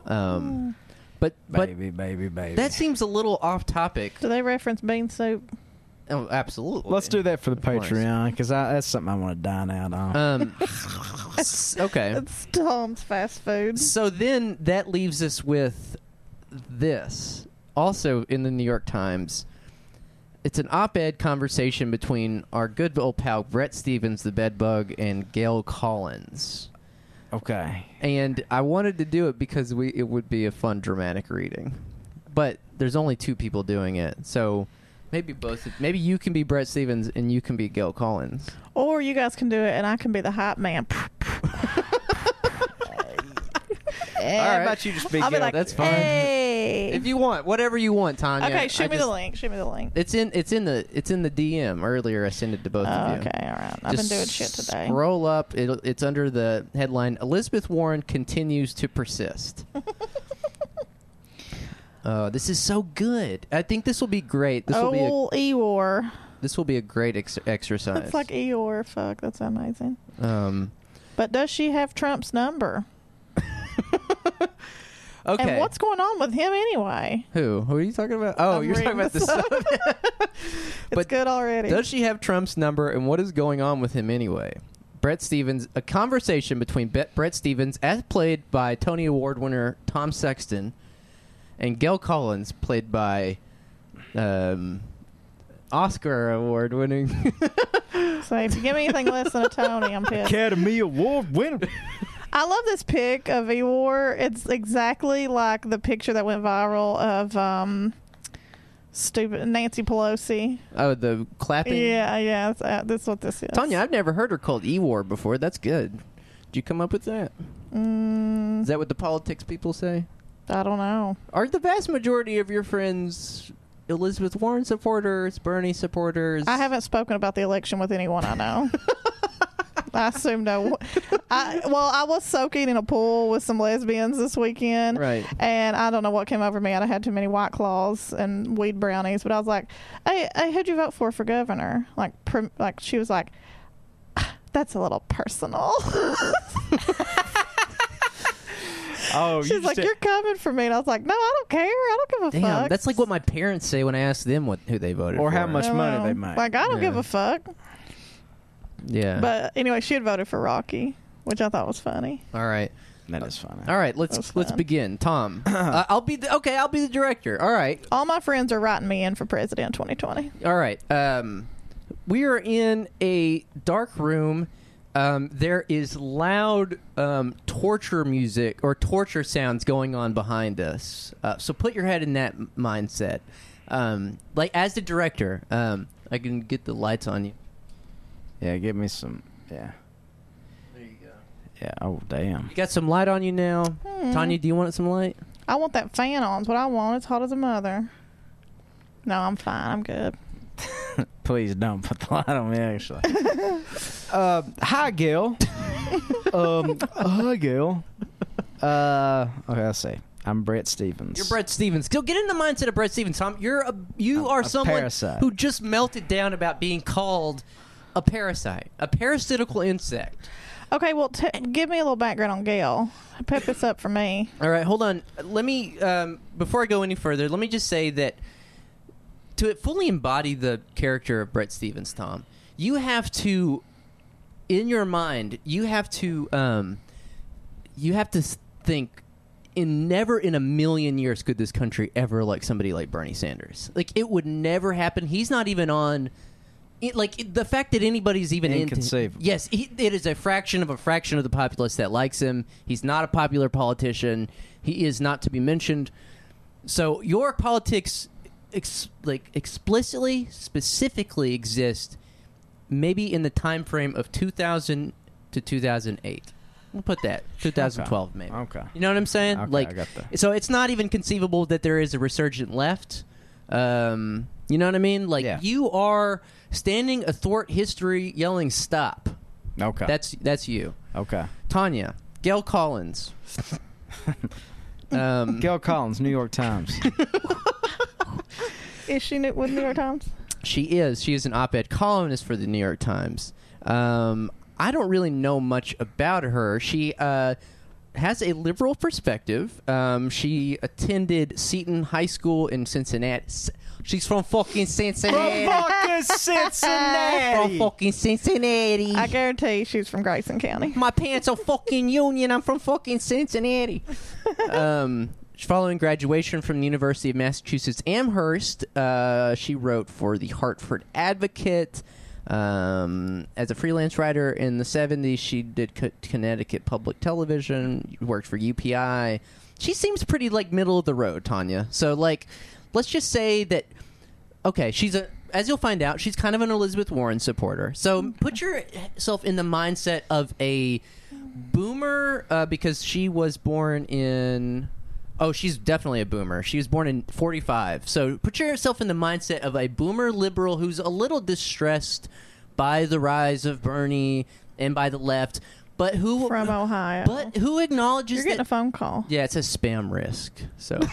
Um, but but Oh, baby, baby, baby. that seems a little off topic. Do they reference bean soup? Oh, absolutely. Let's do that for the Of course. Patreon because that's something I want to dine out on. Um, s- okay. It's Tom's fast food. So then that leaves us with this. Also in the New York Times, it's an op ed conversation between our good old pal Brett Stevens, the bedbug, and Gail Collins. okay. And I wanted to do it because we it would be a fun dramatic reading. But there's only two people doing it. So maybe both maybe you can be Brett Stevens and you can be Gail Collins. Or you guys can do it and I can be the hype man. All right. you just be I'll be Gail? like, that's fine. hey. If you want, whatever you want, Tanya. okay, I shoot me just- the link. Shoot me the link. It's in it's in the it's in the DM earlier. I sent it to both Oh, of you. okay, all right. I've been Just doing shit today. Scroll up. It, it's under the headline: Elizabeth Warren continues to persist. Oh, this is so good. I think this will be great. This will be a, Old Eeyore. this will be a great ex- exercise. That's like e Eeyore. Fuck, that's amazing. um, But does she have Trump's number? okay. And what's going on with him anyway? who? Who are you talking about? Oh, I'm you're talking reading about the this sub. It's But good already. Does she have Trump's number and what is going on with him anyway? Brett Stevens, a conversation between Be- Brett Stevens, as played by Tony Award winner Tom Sexton, and Gail Collins, played by um, Oscar Award winning. so if you give me anything less than a Tony, I'm pissed. Academy Award winner. I love this pic of Eeyore. It's exactly like the picture that went viral of um, stupid Nancy Pelosi. oh, the clapping. Yeah, yeah. that's- uh, That's what this is. Tanya, I've never heard her called Ewar before. That's good. Did you come up with that? Is Mm, that what the politics people say? I don't know. Are the vast majority of your friends Elizabeth Warren supporters, Bernie supporters? I haven't spoken about the election with anyone I know. I assume no. I, well, I was soaking in a pool with some lesbians this weekend. Right. And I don't know what came over me. I had too many white claws and weed brownies, but I was like, "Hey, hey who'd you vote for for governor?" Like, prim, like she was like, "Ah, "That's a little personal." Oh, She's like, "You're coming for me," and I was like, "No, I don't care. I don't give a Damn, fuck." that's like what my parents say when I ask them what who they voted Or for. how much- I don't money they know. make. Like, I don't Yeah. give a fuck. Yeah. But anyway, she had voted for Rocky, which I thought was funny. all right, That is funny. all right. Let's That's let's fun. begin. Tom, uh, I'll be the, okay. I'll be the director. All right, All my friends are writing me in for president 2020. all right. Um, we are in a dark room. Um, there is loud um, torture music or torture sounds going on behind us. Uh, so put your head in that m- mindset. Um, like as the director, um, I can get the lights on you. Yeah, give me some. Yeah. There you go. Yeah. Oh, damn. You got some light on you now, Hmm. Tanya. Do you want some light? I want that fan on. It's what I want. It's hot as a mother. No, I'm fine. I'm good. Please don't put the light on me, actually. uh, hi, Gail. um, hi, Gail. Uh, okay, I'll see. I'm Brett Stevens. You're Brett Stevens. Still get in the mindset of Brett Stevens, Tom. You're a you I'm are a someone parasite. who just melted down about being called a parasite, a parasitical insect. Okay, well, t- give me a little background on Gail. Pep this up for me. All right, hold on. Let me um, before I go any further. Let me just say that to fully embody the character of Brett Stevens, Tom, you have to in your mind you have to um, you have to s- think in never in a million years could this country ever like somebody like Bernie Sanders. Like it would never happen. He's not even on. It, like it- the fact that anybody's even into- Inconceivable. yes, he, it is a fraction of a fraction of the populace that likes him. He's not a popular politician. He is not to be mentioned. So your politics, ex- like explicitly, specifically exist maybe in the time frame of 2000 to 2008. We'll put that 2012 Okay. maybe. Okay. You know what I'm saying? Okay, like I got that. so it's not even conceivable that there is a resurgent left. Um, you know what I mean? Like Yeah. you are standing athwart history yelling stop. Okay. That's that's you. okay. Tanya, Gail Collins. um, Gail Collins, New York Times. Is she new- with New York Times? She is. She is an op-ed columnist for the New York Times. Um, I don't really know much about her. She uh, has a liberal perspective. Um, she attended Seton High School in Cincinnati. C- She's from fucking Cincinnati. fucking from Cincinnati. fucking Cincinnati. I guarantee she's from Grayson County. My pants are fucking Union. I'm from fucking Cincinnati. um, following graduation from the University of Massachusetts Amherst, uh, she wrote for the Hartford Advocate. Um, as a freelance writer in the 70s, she did Co- Connecticut Public Television, worked for UPI. She seems pretty like middle of the road, Tanya. So like, let's just say that okay, she's a as you'll find out, she's kind of an Elizabeth Warren supporter. So put yourself in the mindset of a boomer uh, because she was born in oh, she's definitely a boomer. She was born in 45. So put yourself in the mindset of a boomer liberal who's a little distressed by the rise of Bernie and by the left, but who From Ohio. but who acknowledges You're getting that a phone call. yeah, it's a spam risk. So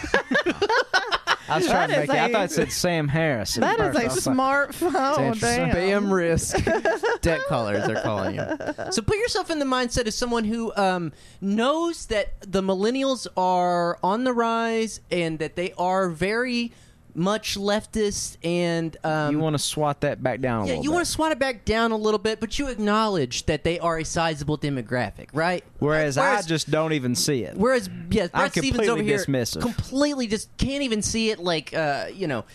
I was trying to That is make it. I a- thought it said Sam Harris. That is I a was like, smart phone. It's interesting. Damn. Spam risk. Debt callers are calling you. So put yourself in the mindset of someone who um, knows that the millennials are on the rise and that they are very much leftist and um, you want to swat that back down a yeah, little you bit. want to swat it back down a little bit, but you acknowledge that they are a sizable demographic, right? Whereas, Whereas- I just don't even see it. Whereas, yeah, I'm Brad Stevens over completely here dismissive. completely just can't even see it. Like, uh, you know,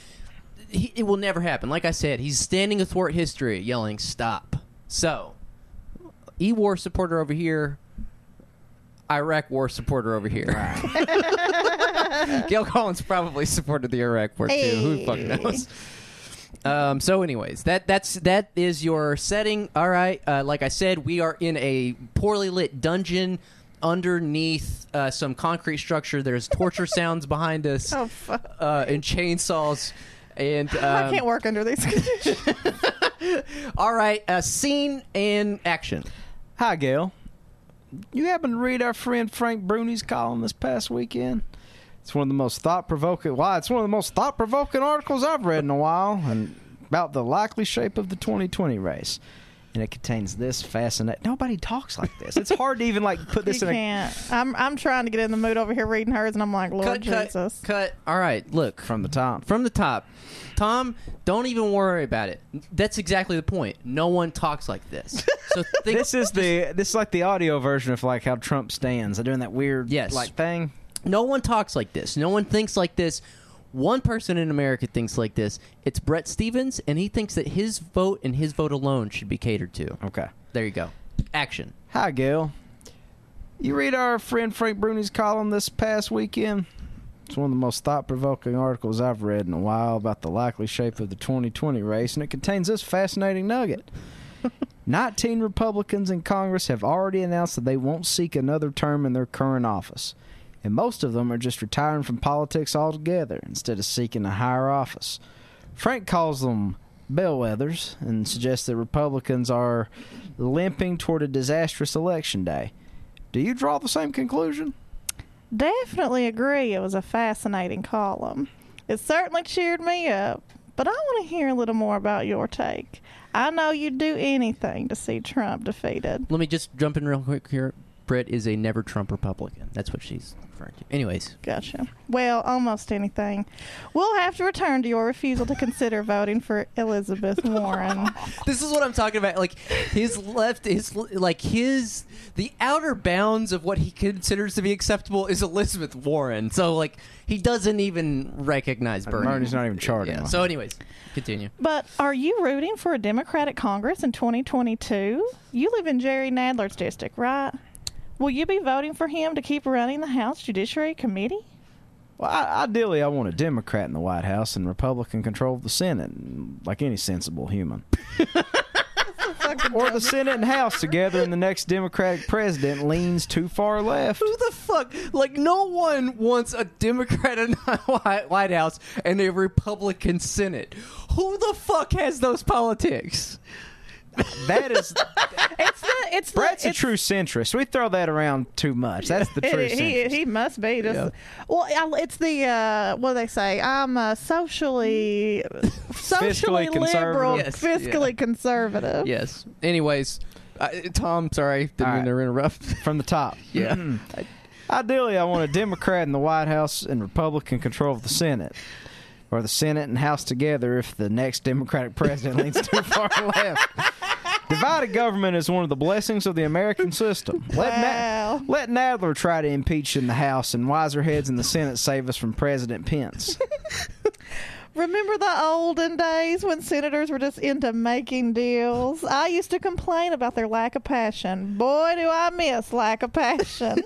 he, it will never happen. Like I said, he's standing athwart history, yelling "Stop!" So, E War supporter over here, Iraq War supporter over here. Gail Collins probably supported the Iraq War too. Who the fuck Hey. knows? Um, so, anyways, that that's that is your setting. All right, uh, like I said, we are in a poorly lit dungeon underneath uh, some concrete structure. There's torture sounds behind us Oh fuck! uh, and chainsaws. And um, I can't work under these conditions. all right, uh, scene and action. Hi, Gail. You happen to read our friend Frank Bruni's column this past weekend? It's one of the most thought-provoking. Why? It's one of the most thought-provoking articles I've read in a while, and about the likely shape of the 2020 race. And it contains this fascinating. Nobody talks like this. It's hard to even like put you this in. a... can't. I'm I'm trying to get in the mood over here reading hers, and I'm like, Lord Cut, cut, Jesus. cut. All right, look. From the top. from the top. Tom, don't even worry about it. That's exactly the point. No one talks like this. So think, This is the this is like the audio version of like how Trump stands. They're doing that weird Yes. like thing. no one talks like this. No one thinks like this. One person in America thinks like this. It's Brett Stevens, and he thinks that his vote and his vote alone should be catered to. Okay. There you go. Action. Hi, Gail. You read our friend Frank Bruni's column this past weekend? It's one of the most thought provoking articles I've read in a while about the likely shape of the 2020 race, and it contains this fascinating nugget. 19 Republicans in Congress have already announced that they won't seek another term in their current office, and most of them are just retiring from politics altogether instead of seeking a higher office. Frank calls them bellwethers and suggests that Republicans are limping toward a disastrous election day. Do you draw the same conclusion? Definitely agree. It was a fascinating column. It certainly cheered me up. But I want to hear a little more about your take. I know you'd do anything to see Trump defeated. Let me just jump in real quick here. Brett is a never Trump Republican. That's what she's referring to. Anyways, Gotcha. Well, almost anything. We'll have to return to your refusal to consider voting for Elizabeth Warren. this is what I'm talking about. Like his left, his like his the outer bounds of what he considers to be acceptable is Elizabeth Warren. So like he doesn't even recognize Bernie. Bernie's not even charging. yeah. one. So, anyways, continue. But are you rooting for a Democratic Congress in 2022? You live in Jerry Nadler's district, right? Will you be voting for him to keep running the House Judiciary Committee? Well, I, ideally, I want a Democrat in the White House and Republican control of the Senate, like any sensible human. or the Senate and House together, and the next Democratic president leans too far left. Who the fuck? Like no one wants a Democrat in the White- White House and a Republican Senate. Who the fuck has those politics? That is, It's the it's the- Brett's a it's- true centrist. We throw that around too much. That's the true It, he centrist. he must be just well. I, it's the uh, what do they say? I'm uh, socially socially Fiscally liberal, conservative. Yes, fiscally yeah. conservative. Yes. Anyways, uh, Tom, sorry, didn't All right. mean to interrupt. From the top. yeah. Ideally, I want a Democrat in the White House and Republican control of the Senate, or the Senate and House together if the next Democratic president leans too far left. Divided government is one of the blessings of the American system. Let, Wow. let Nadler try to impeach in the House, and wiser heads in the Senate save us from President Pence. Remember the olden days when senators were just into making deals? I used to complain about their lack of passion. Boy, do I miss lack of passion.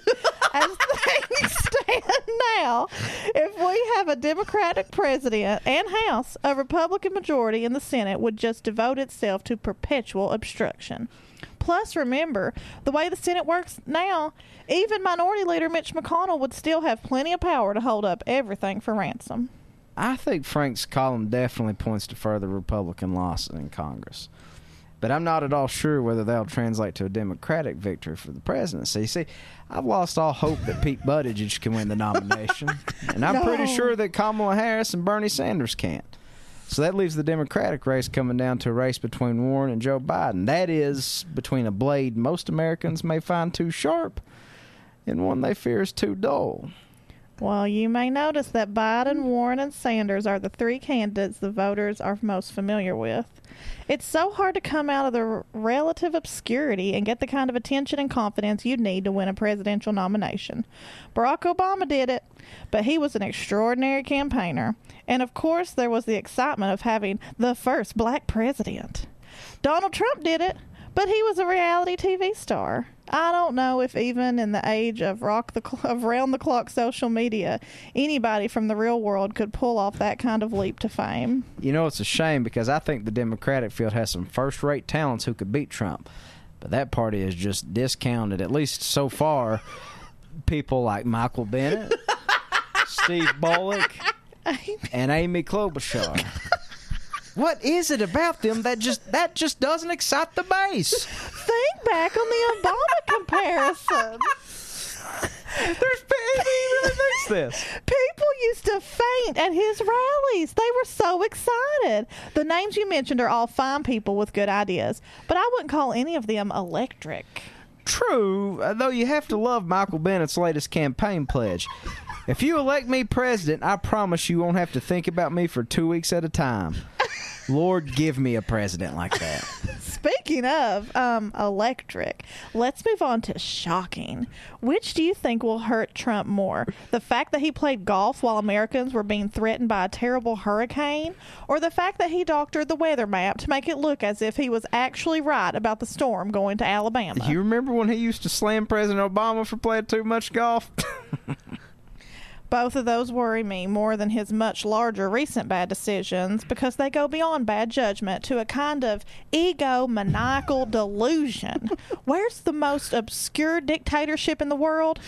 As things stand now, if we have a Democratic president and House, a Republican majority in the Senate would just devote itself to perpetual obstruction. Plus, remember, the way the Senate works now, even Minority Leader Mitch McConnell would still have plenty of power to hold up everything for ransom. I think Frank's column definitely points to further Republican losses in Congress. But I'm not at all sure whether that'll translate to a Democratic victory for the presidency. See, I've lost all hope that Pete Buttigieg can win the nomination, and I'm pretty No. sure that Kamala Harris and Bernie Sanders can't. So that leaves the Democratic race coming down to a race between Warren and Joe Biden. That is between a blade most Americans may find too sharp and one they fear is too dull. Well, you may notice that Biden, Warren, and Sanders are the three candidates the voters are most familiar with. It's so hard to come out of the r- relative obscurity and get the kind of attention and confidence you'd need to win a presidential nomination. Barack Obama did it, but he was an extraordinary campaigner. And of course, there was the excitement of having the first black president. Donald Trump did it, but he was a reality TV star. I don't know if even in the age of rock the cl- of round the clock social media, anybody from the real world could pull off that kind of leap to fame. You know, it's a shame because I think the Democratic field has some first rate talents who could beat Trump. But that party is just discounted, at least so far. People like Michael Bennett, Steve Bullock, and Amy Klobuchar. What is it about them that just that just doesn't excite the base? Think back on the Obama comparison. There's really thinks this. People used to faint at his rallies. They were so excited. The names you mentioned are all fine people with good ideas, but I wouldn't call any of them electric. True, uh, though you have to love Michael Bennett's latest campaign pledge. If you elect me president, I promise you won't have to think about me for two weeks at a time. Lord, give me a president like that. Speaking of um, electric, let's move on to shocking. Which do you think will hurt Trump more? The fact that he played golf while Americans were being threatened by a terrible hurricane, or the fact that he doctored the weather map to make it look as if he was actually right about the storm going to Alabama? You remember when he used to slam President Obama for playing too much golf? Both of those worry me more than his much larger recent bad decisions because they go beyond bad judgment to a kind of egomaniacal delusion. Where's the most obscure dictatorship in the world?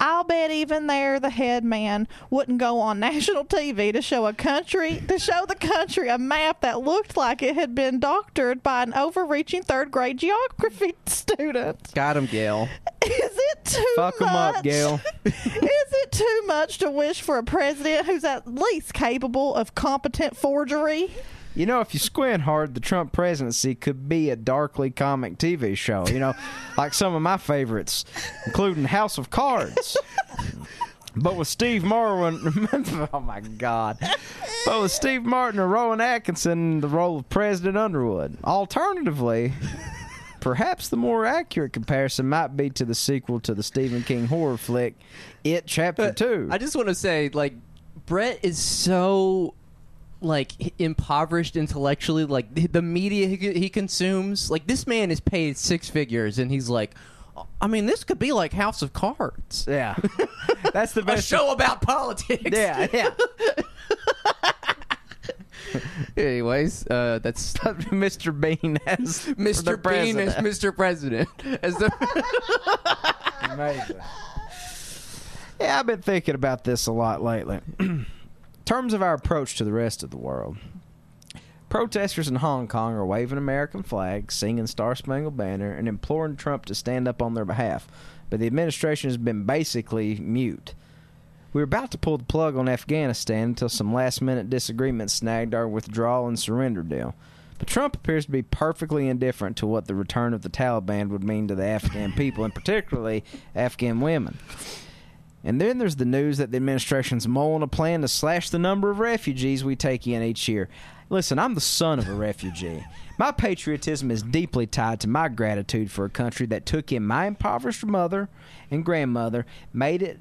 I'll bet even there the head man wouldn't go on national TV to show a country to show the country a map that looked like it had been doctored by an overreaching third grade geography student. Got him, Gail. Is it too Fuck 'em up, much? Gail. Is it too much to wish for a president who's at least capable of competent forgery? You know, if you squint hard, the Trump presidency could be a darkly comic TV show. You know, like some of my favorites, including House of Cards. But with Steve Marwin, oh my God! But with Steve Martin or Rowan Atkinson, in the role of President Underwood. Alternatively, perhaps the more accurate comparison might be to the sequel to the Stephen King horror flick, It Chapter Two. I just want to say, like, Brett is so like h- impoverished intellectually. Like th- the media he, he consumes. Like this man is paid six figures, and he's like, I mean, this could be like House of Cards, yeah, that's the a best. show about politics. Yeah, yeah. Anyways, uh, that's Mr. Bean as the Mr. Bean as president. Mr. President. As the Amazing. Yeah, I've been thinking about this a lot lately. In terms of our approach to the rest of the world, protesters in Hong Kong are waving American flags, singing Star Spangled Banner, and imploring Trump to stand up on their behalf. But the administration has been basically mute. We were about to pull the plug on Afghanistan until some last minute disagreements snagged our withdrawal and surrender deal. But Trump appears to be perfectly indifferent to what the return of the Taliban would mean to the Afghan people, and particularly Afghan women. And then there's the news that the administration's mulling a plan to slash the number of refugees we take in each year. Listen, I'm the son of a refugee. My patriotism is deeply tied to my gratitude for a country that took in my impoverished mother and grandmother, made it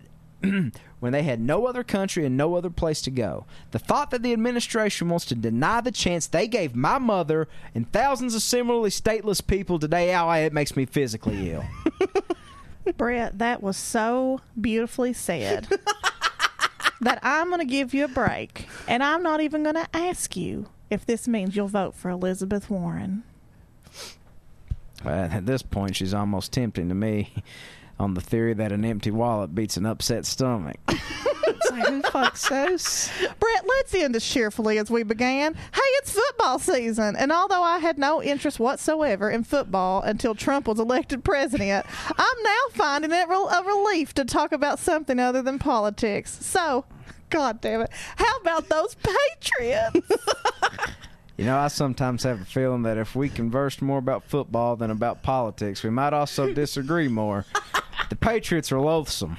when they had no other country and no other place to go. The thought that the administration wants to deny the chance they gave my mother and thousands of similarly stateless people today, oh, it makes me physically ill. Brett, that was so beautifully said that I'm going to give you a break, and I'm not even going to ask you if this means you'll vote for Elizabeth Warren. Uh, at this point, she's almost tempting to me on the theory that an empty wallet beats an upset stomach. It's like, who the fuck says? Brett, let's end as cheerfully as we began. Hey, it's football season, and although I had no interest whatsoever in football until Trump was elected president, I'm now finding it rel- a relief to talk about something other than politics. So, God damn it, how about those Patriots? You know, I sometimes have a feeling that if we conversed more about football than about politics, we might also disagree more. the Patriots are loathsome.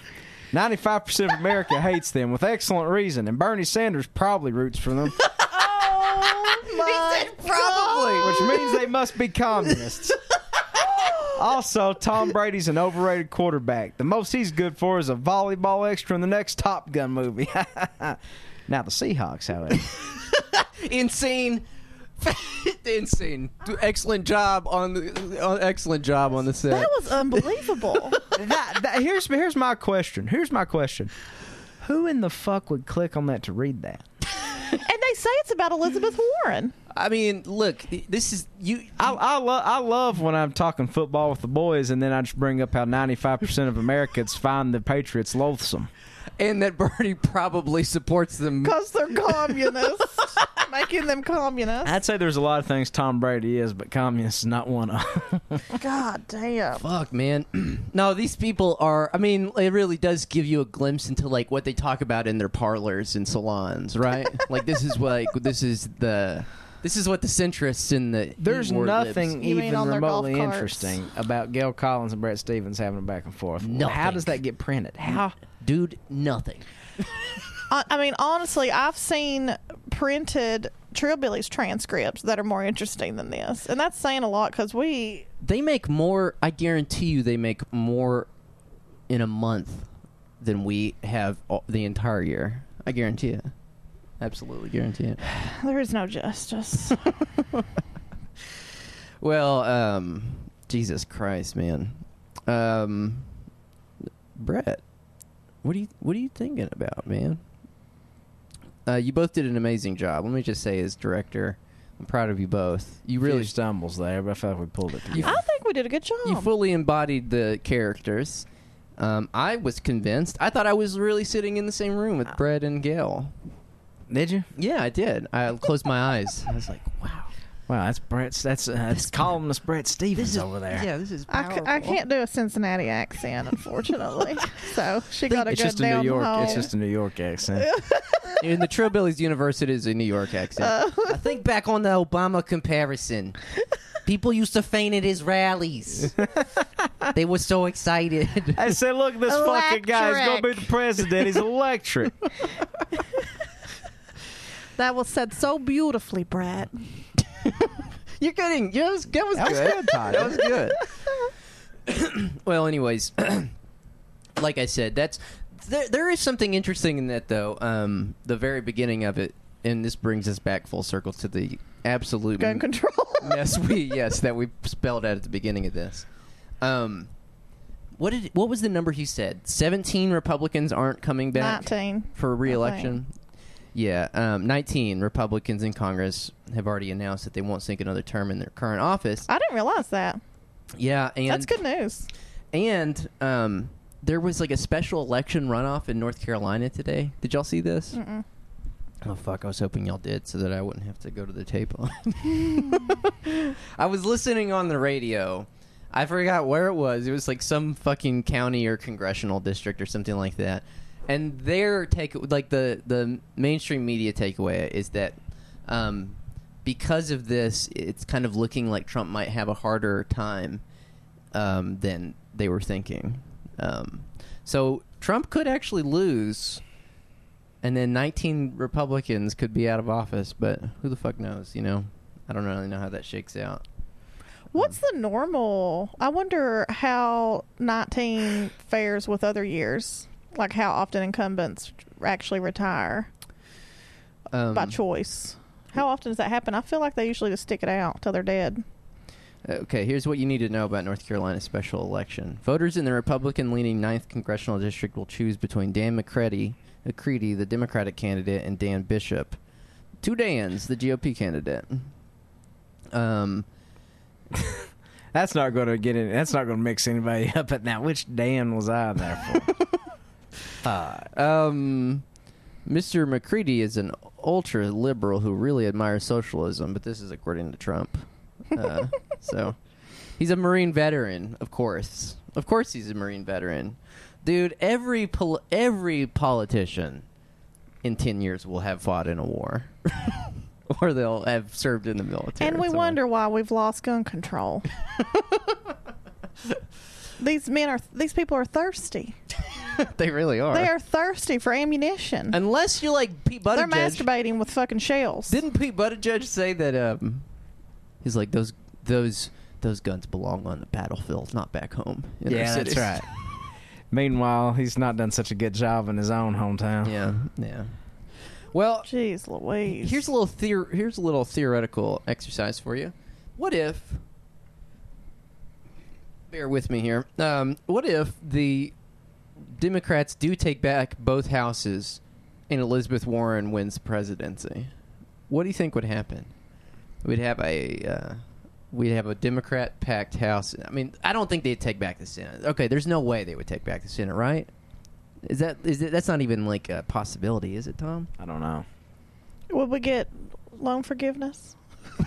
95% of America hates them with excellent reason, and Bernie Sanders probably roots for them, oh my said probably. God. which means they must be communists. Also, Tom Brady's an overrated quarterback. The most he's good for is a volleyball extra in the next Top Gun movie. now, the Seahawks, however. Insane. Insane. Excellent job on the uh, excellent job on the set. That was unbelievable. that, that- here's here's my question. Here's my question. Who in the fuck would click on that to read that? and they say it's about Elizabeth Warren. I mean, look, this is you I I, lo- I love when I'm talking football with the boys, and then I just bring up how 95 percent of Americans find the Patriots loathsome. and that Bernie probably supports them. Because they're communists. Making them communists. I'd say there's a lot of things Tom Brady is, but communist is not one of. 'em. God damn. Fuck, man. no, these people are. I mean, it really does give you a glimpse into like what they talk about in their parlors and salons, right? like this is what, like this is the this is what the centrists in the There's war lives. nothing You mean even on their golf remotely carts? interesting about Gail Collins and Brett Stevens having a back and forth. How Nothing. does that get printed? How? dude. Nothing. I, I mean, honestly, I've seen printed Trillbillies transcripts that are more interesting than this. And that's saying a lot because we. They make more. I guarantee you, they make more in a month than we have all, the entire year. I guarantee it. Absolutely guarantee it. There is no justice. Well, um, Jesus Christ, man. Um, Brett, what do you what are you thinking about, man? Uh, you both did an amazing job. Let me just say, as director, I'm proud of you both. You really, Really stumbles there, but I felt like we pulled it together. I think we did a good job. you fully embodied the characters. Um, I was convinced. I thought I was really sitting in the same room with Brett and Gail. Did you? Yeah, I did. I closed my eyes. I was like, wow, Wow, that's Brett's. That's uh, that's columnist Brett Stevens over there. Yeah, this is. I, c- Powerful. I can't do a Cincinnati accent, unfortunately. so she got a It's good just a down New York. home. It's just a New York accent. in the Trillbillies universe, it is a New York accent. I think back on the Obama comparison. People used to faint at his rallies. they were so excited. I said, "Look, this fucking guy is gonna be the president. He's electric." that was said so beautifully, Brett. You're kidding. Yeah, that was, that was That was good. good, Todd. That was good. well, anyways, like I said, that's there. There is something interesting in that, though. Um, the very beginning of it, and this brings us back full circle to the absolute Gun control. yes, we yes that we spelled out at the beginning of this. Um, what did what was the number he said? Seventeen Republicans aren't coming back 19. for reelection. Yeah, um, nineteen Republicans in Congress have already announced that they won't sink another term in their current office. I didn't realize that. Yeah, and That's good news. And um, there was like a special election runoff in North Carolina today. Did y'all see this? Mm-mm. Oh fuck! I was hoping y'all did, so that I wouldn't have to go to the tape on. I was listening on the radio. I forgot where it was. It was like some fucking county or congressional district or something like that. And their take, like the the mainstream media takeaway, is that um, because of this, it's kind of looking like Trump might have a harder time um, than they were thinking. Um, so Trump could actually lose and then 19 Republicans could be out of office, but who the fuck knows? You know, I don't really know how that shakes out. What's the normal? I wonder how 19 fares with other years. Like how often incumbents actually retire Um, by choice. How often does that happen? I feel like they usually just stick it out till they're dead. Okay, here's what you need to know about North Carolina's special election. Voters in the Republican-leaning 9th congressional district will choose between Dan McCready, McCready, the Democratic candidate, and Dan Bishop, two Dans, the GOP candidate. Um, That's not gonna get in. That's not gonna mix anybody up. But now, which Dan was I there for? Uh, Um, Mr. McCready is an ultra liberal who really admires socialism, but this is according to Trump. Uh, so he's a Marine veteran, of course. Of course, he's a Marine veteran, dude. Every pol- every politician in ten years will have fought in a war, or they'll have served in the military. And we somewhere. wonder why we've lost gun control. these men are these people are thirsty. they really are. They are thirsty for ammunition. Unless you're like Pete Buttigieg, They're masturbating with fucking shells. Didn't Pete Buttigieg say that? Um, he's like those those those guns belong on the battlefield, not back home. in our yeah, that's cities." right. Meanwhile, he's not done such a good job in his own hometown. yeah, yeah. Well, Jeez Louise. here's a little theor- here's a little theoretical exercise for you. What if? Bear with me here. Um, what if the Democrats do take back both houses, and Elizabeth Warren wins the presidency? What do you think would happen? We'd have a uh, we'd have a Democrat packed House. I mean, I don't think they'd take back the Senate. Okay, there's no way they would take back the Senate, right? Is that is it, that's not even like a possibility, is it, Tom? I don't know. Would we get loan forgiveness?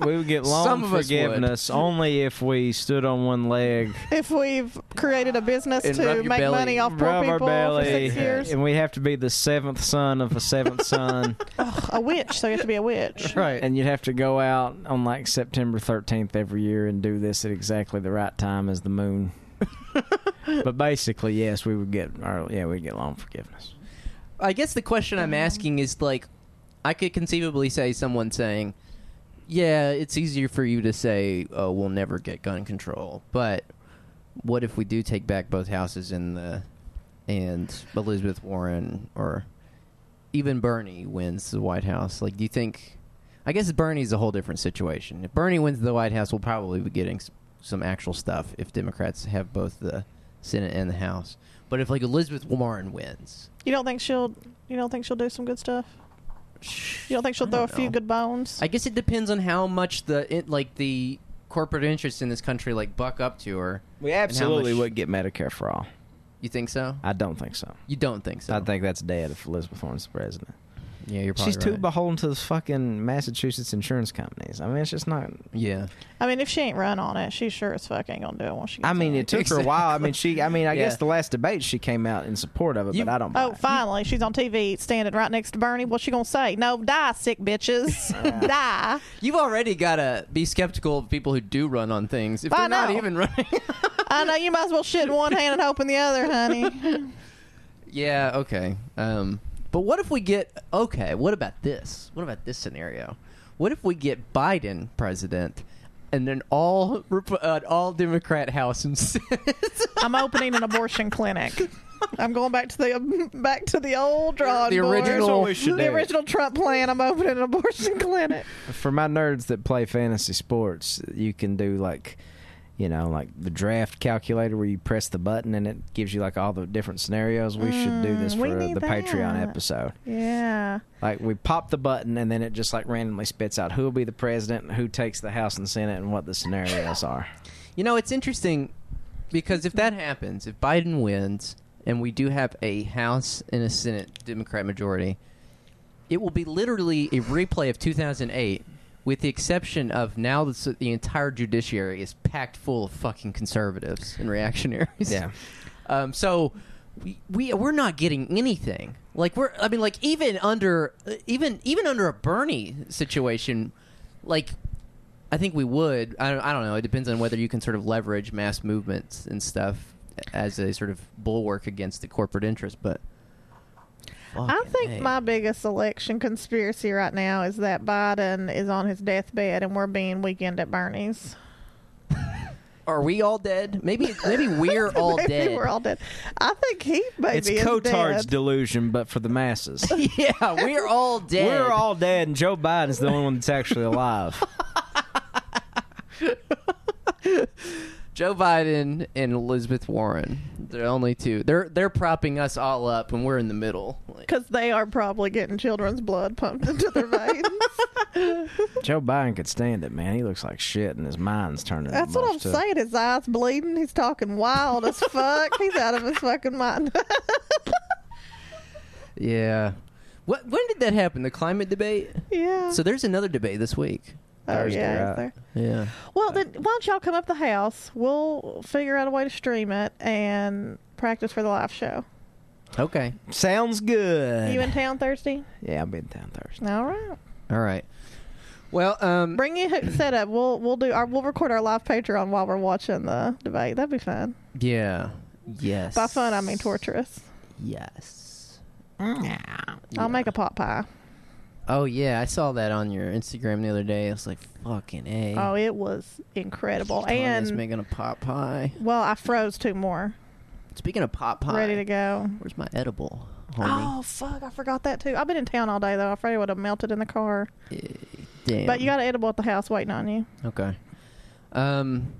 We would get loan Some of us would. forgiveness only if we stood on one leg, If we've created a business And rub to your make belly- money off poor rub our people for belly, six years. and we have to be the seventh son of a seventh son, Ugh, a witch, so you have to be a witch. Right. and you'd have to go out on like September 13th every year and do this at exactly the right time as the moon. but basically, yes, we would get our yeah, we'd get loan forgiveness. I guess the question I'm asking is like, I could conceivably say someone saying, "Yeah, it's easier for you to say oh, we'll never get gun control," but what if we do take back both houses in the and Elizabeth Warren or even Bernie wins the White House? Like, do you think? I guess Bernie's a whole different situation. If Bernie wins the White House, we'll probably be getting s- some actual stuff if Democrats have both the Senate and the House. But if like Elizabeth Warren wins, You don't think she'll you don't think she'll do some good stuff? You don't think she'll I throw don't a few know. good bones? I guess it depends on how much the it, like the corporate interests in this country like buck up to her. We and how absolutely much- would get Medicare for all. You think so? I don't think so. You don't think so? I think that's dead if Elizabeth Warren's the president. Yeah, you're probably She's too right. beholden to the fucking Massachusetts insurance companies. I mean, it's just not. Yeah, I mean, if she ain't run on it, she sure as fuck ain't gonna do it once she. Gets I mean, on. it took her a while. I mean, she. I mean, I Yeah. guess the last debate she came out in support of it, You- but I don't. Oh, buy it. finally, she's on TV, standing right next to Bernie. What's she gonna say? No, die, sick bitches, die. you've already gotta be skeptical of people who do run on things if I they're not know. even running. I know you might as well shit in one hand and hope in the other, honey. yeah, okay. Um, but what if we get okay? What about this? What about this scenario? What if we get Biden president? And then all Rep- uh, all Democrat House and Senate, I'm opening an abortion clinic. I'm going back to the back to the old drawing The board. original- Here's what we should the do. original Trump plan. I'm opening an abortion clinic. For my nerds that play fantasy sports, you can do like, you know, like the draft calculator where you press the button and it gives you like all the different scenarios. We should do this Mm, for we the need Patreon that. episode. Yeah. Like we pop the button and then it just like randomly spits out who will be the president, who takes the House and Senate, and what the scenarios are. You know, it's interesting because if that happens, if Biden wins and we do have a House and a Senate Democrat majority, it will be literally a replay of 2008 with the exception of now the, the entire judiciary is packed full of fucking conservatives and reactionaries. Yeah. Um, so we, we we're not getting anything. Like we're I mean like even under uh, even even under a Bernie situation, like I think we would. I don't, I don't know. It depends on whether you can sort of leverage mass movements and stuff as a sort of bulwark against the corporate interest. But I fucking think A. my biggest election conspiracy right now is that Biden is on his deathbed and we're being weekend at Bernie's. are we all dead? Maybe maybe we're all Maybe dead. We're all dead. I think he maybe it's is Cotard's dead. delusion, but for the masses. yeah, we're all dead. We're all dead, and Joe Biden's the only one that's actually alive. Joe Biden and Elizabeth Warren. They're the only two. They're they're propping us all up, and we're in the middle. Like, because they are probably getting children's blood pumped into their veins. Joe Biden could stand it, man. He looks like shit, and his mind's turning. That's what mush, I'm too. saying. His eyes bleeding. He's talking wild as fuck. He's out of his fucking mind. yeah. What? When did that happen? The climate debate. yeah. So there's another debate this week. oh Thursday, yeah. right? There. Yeah. Well, then Uh, why don't y'all come up the house? We'll figure out a way to stream it and practice for the live show. Okay. Sounds good. You in town Thursday? yeah, I've been down Thursday. All right. All right. Well, um, Bring your hook set up. We'll we'll do our we'll record our live Patreon while we're watching the debate. That'd be fun. yeah. Yes. By fun, I mean torturous. Yes. I'll make a pot pie. Oh yeah, I saw that on your Instagram the other day. I was like, "Fucking a." Oh, it was incredible. Tanya's and making a pot pie. well, I froze two more, Speaking of pot pie, ready to go. Where's my edible, homie? Oh fuck! I forgot that too. I've been in town all day though. I afraid it would have melted in the car. Eh, Damn. But you got an edible at the house waiting on you. Okay. Um.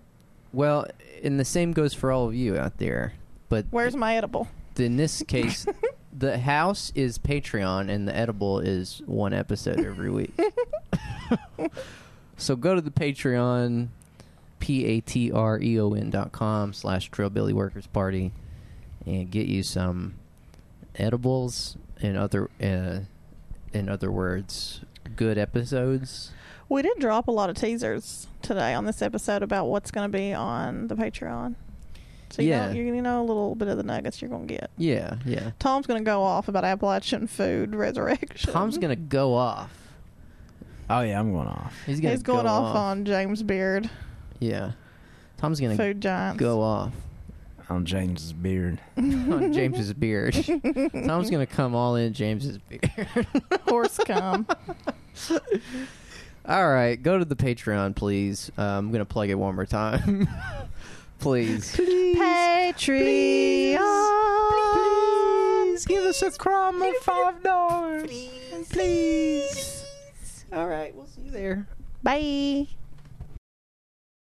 Well, and the same goes for all of you out there. But Where's my edible? in this case, the house is Patreon, and the edible is one episode every week. so go to the Patreon, p a t r e o n dot com slash Trailbilly Workers Party, and get you some edibles and other uh, in other words, good episodes. We did drop a lot of teasers today on this episode about what's going to be on the Patreon. So you Yeah. know, you know a little bit of the nuggets you're going to get. Yeah, yeah. Tom's going to go off about Appalachian food resurrection. Tom's gonna go off. Oh yeah, I'm going off. He's gonna He's going go off, on James Beard, yeah. Tom's gonna food giants. go off. On James's beard. on James's beard. Tom's gonna come all in James's beard. Horse cum. all right, go to the Patreon, please. Uh, I'm gonna plug it one more time, please. Patreon. give us a crumb of five dollars. Please. All right, we'll see you there. Bye.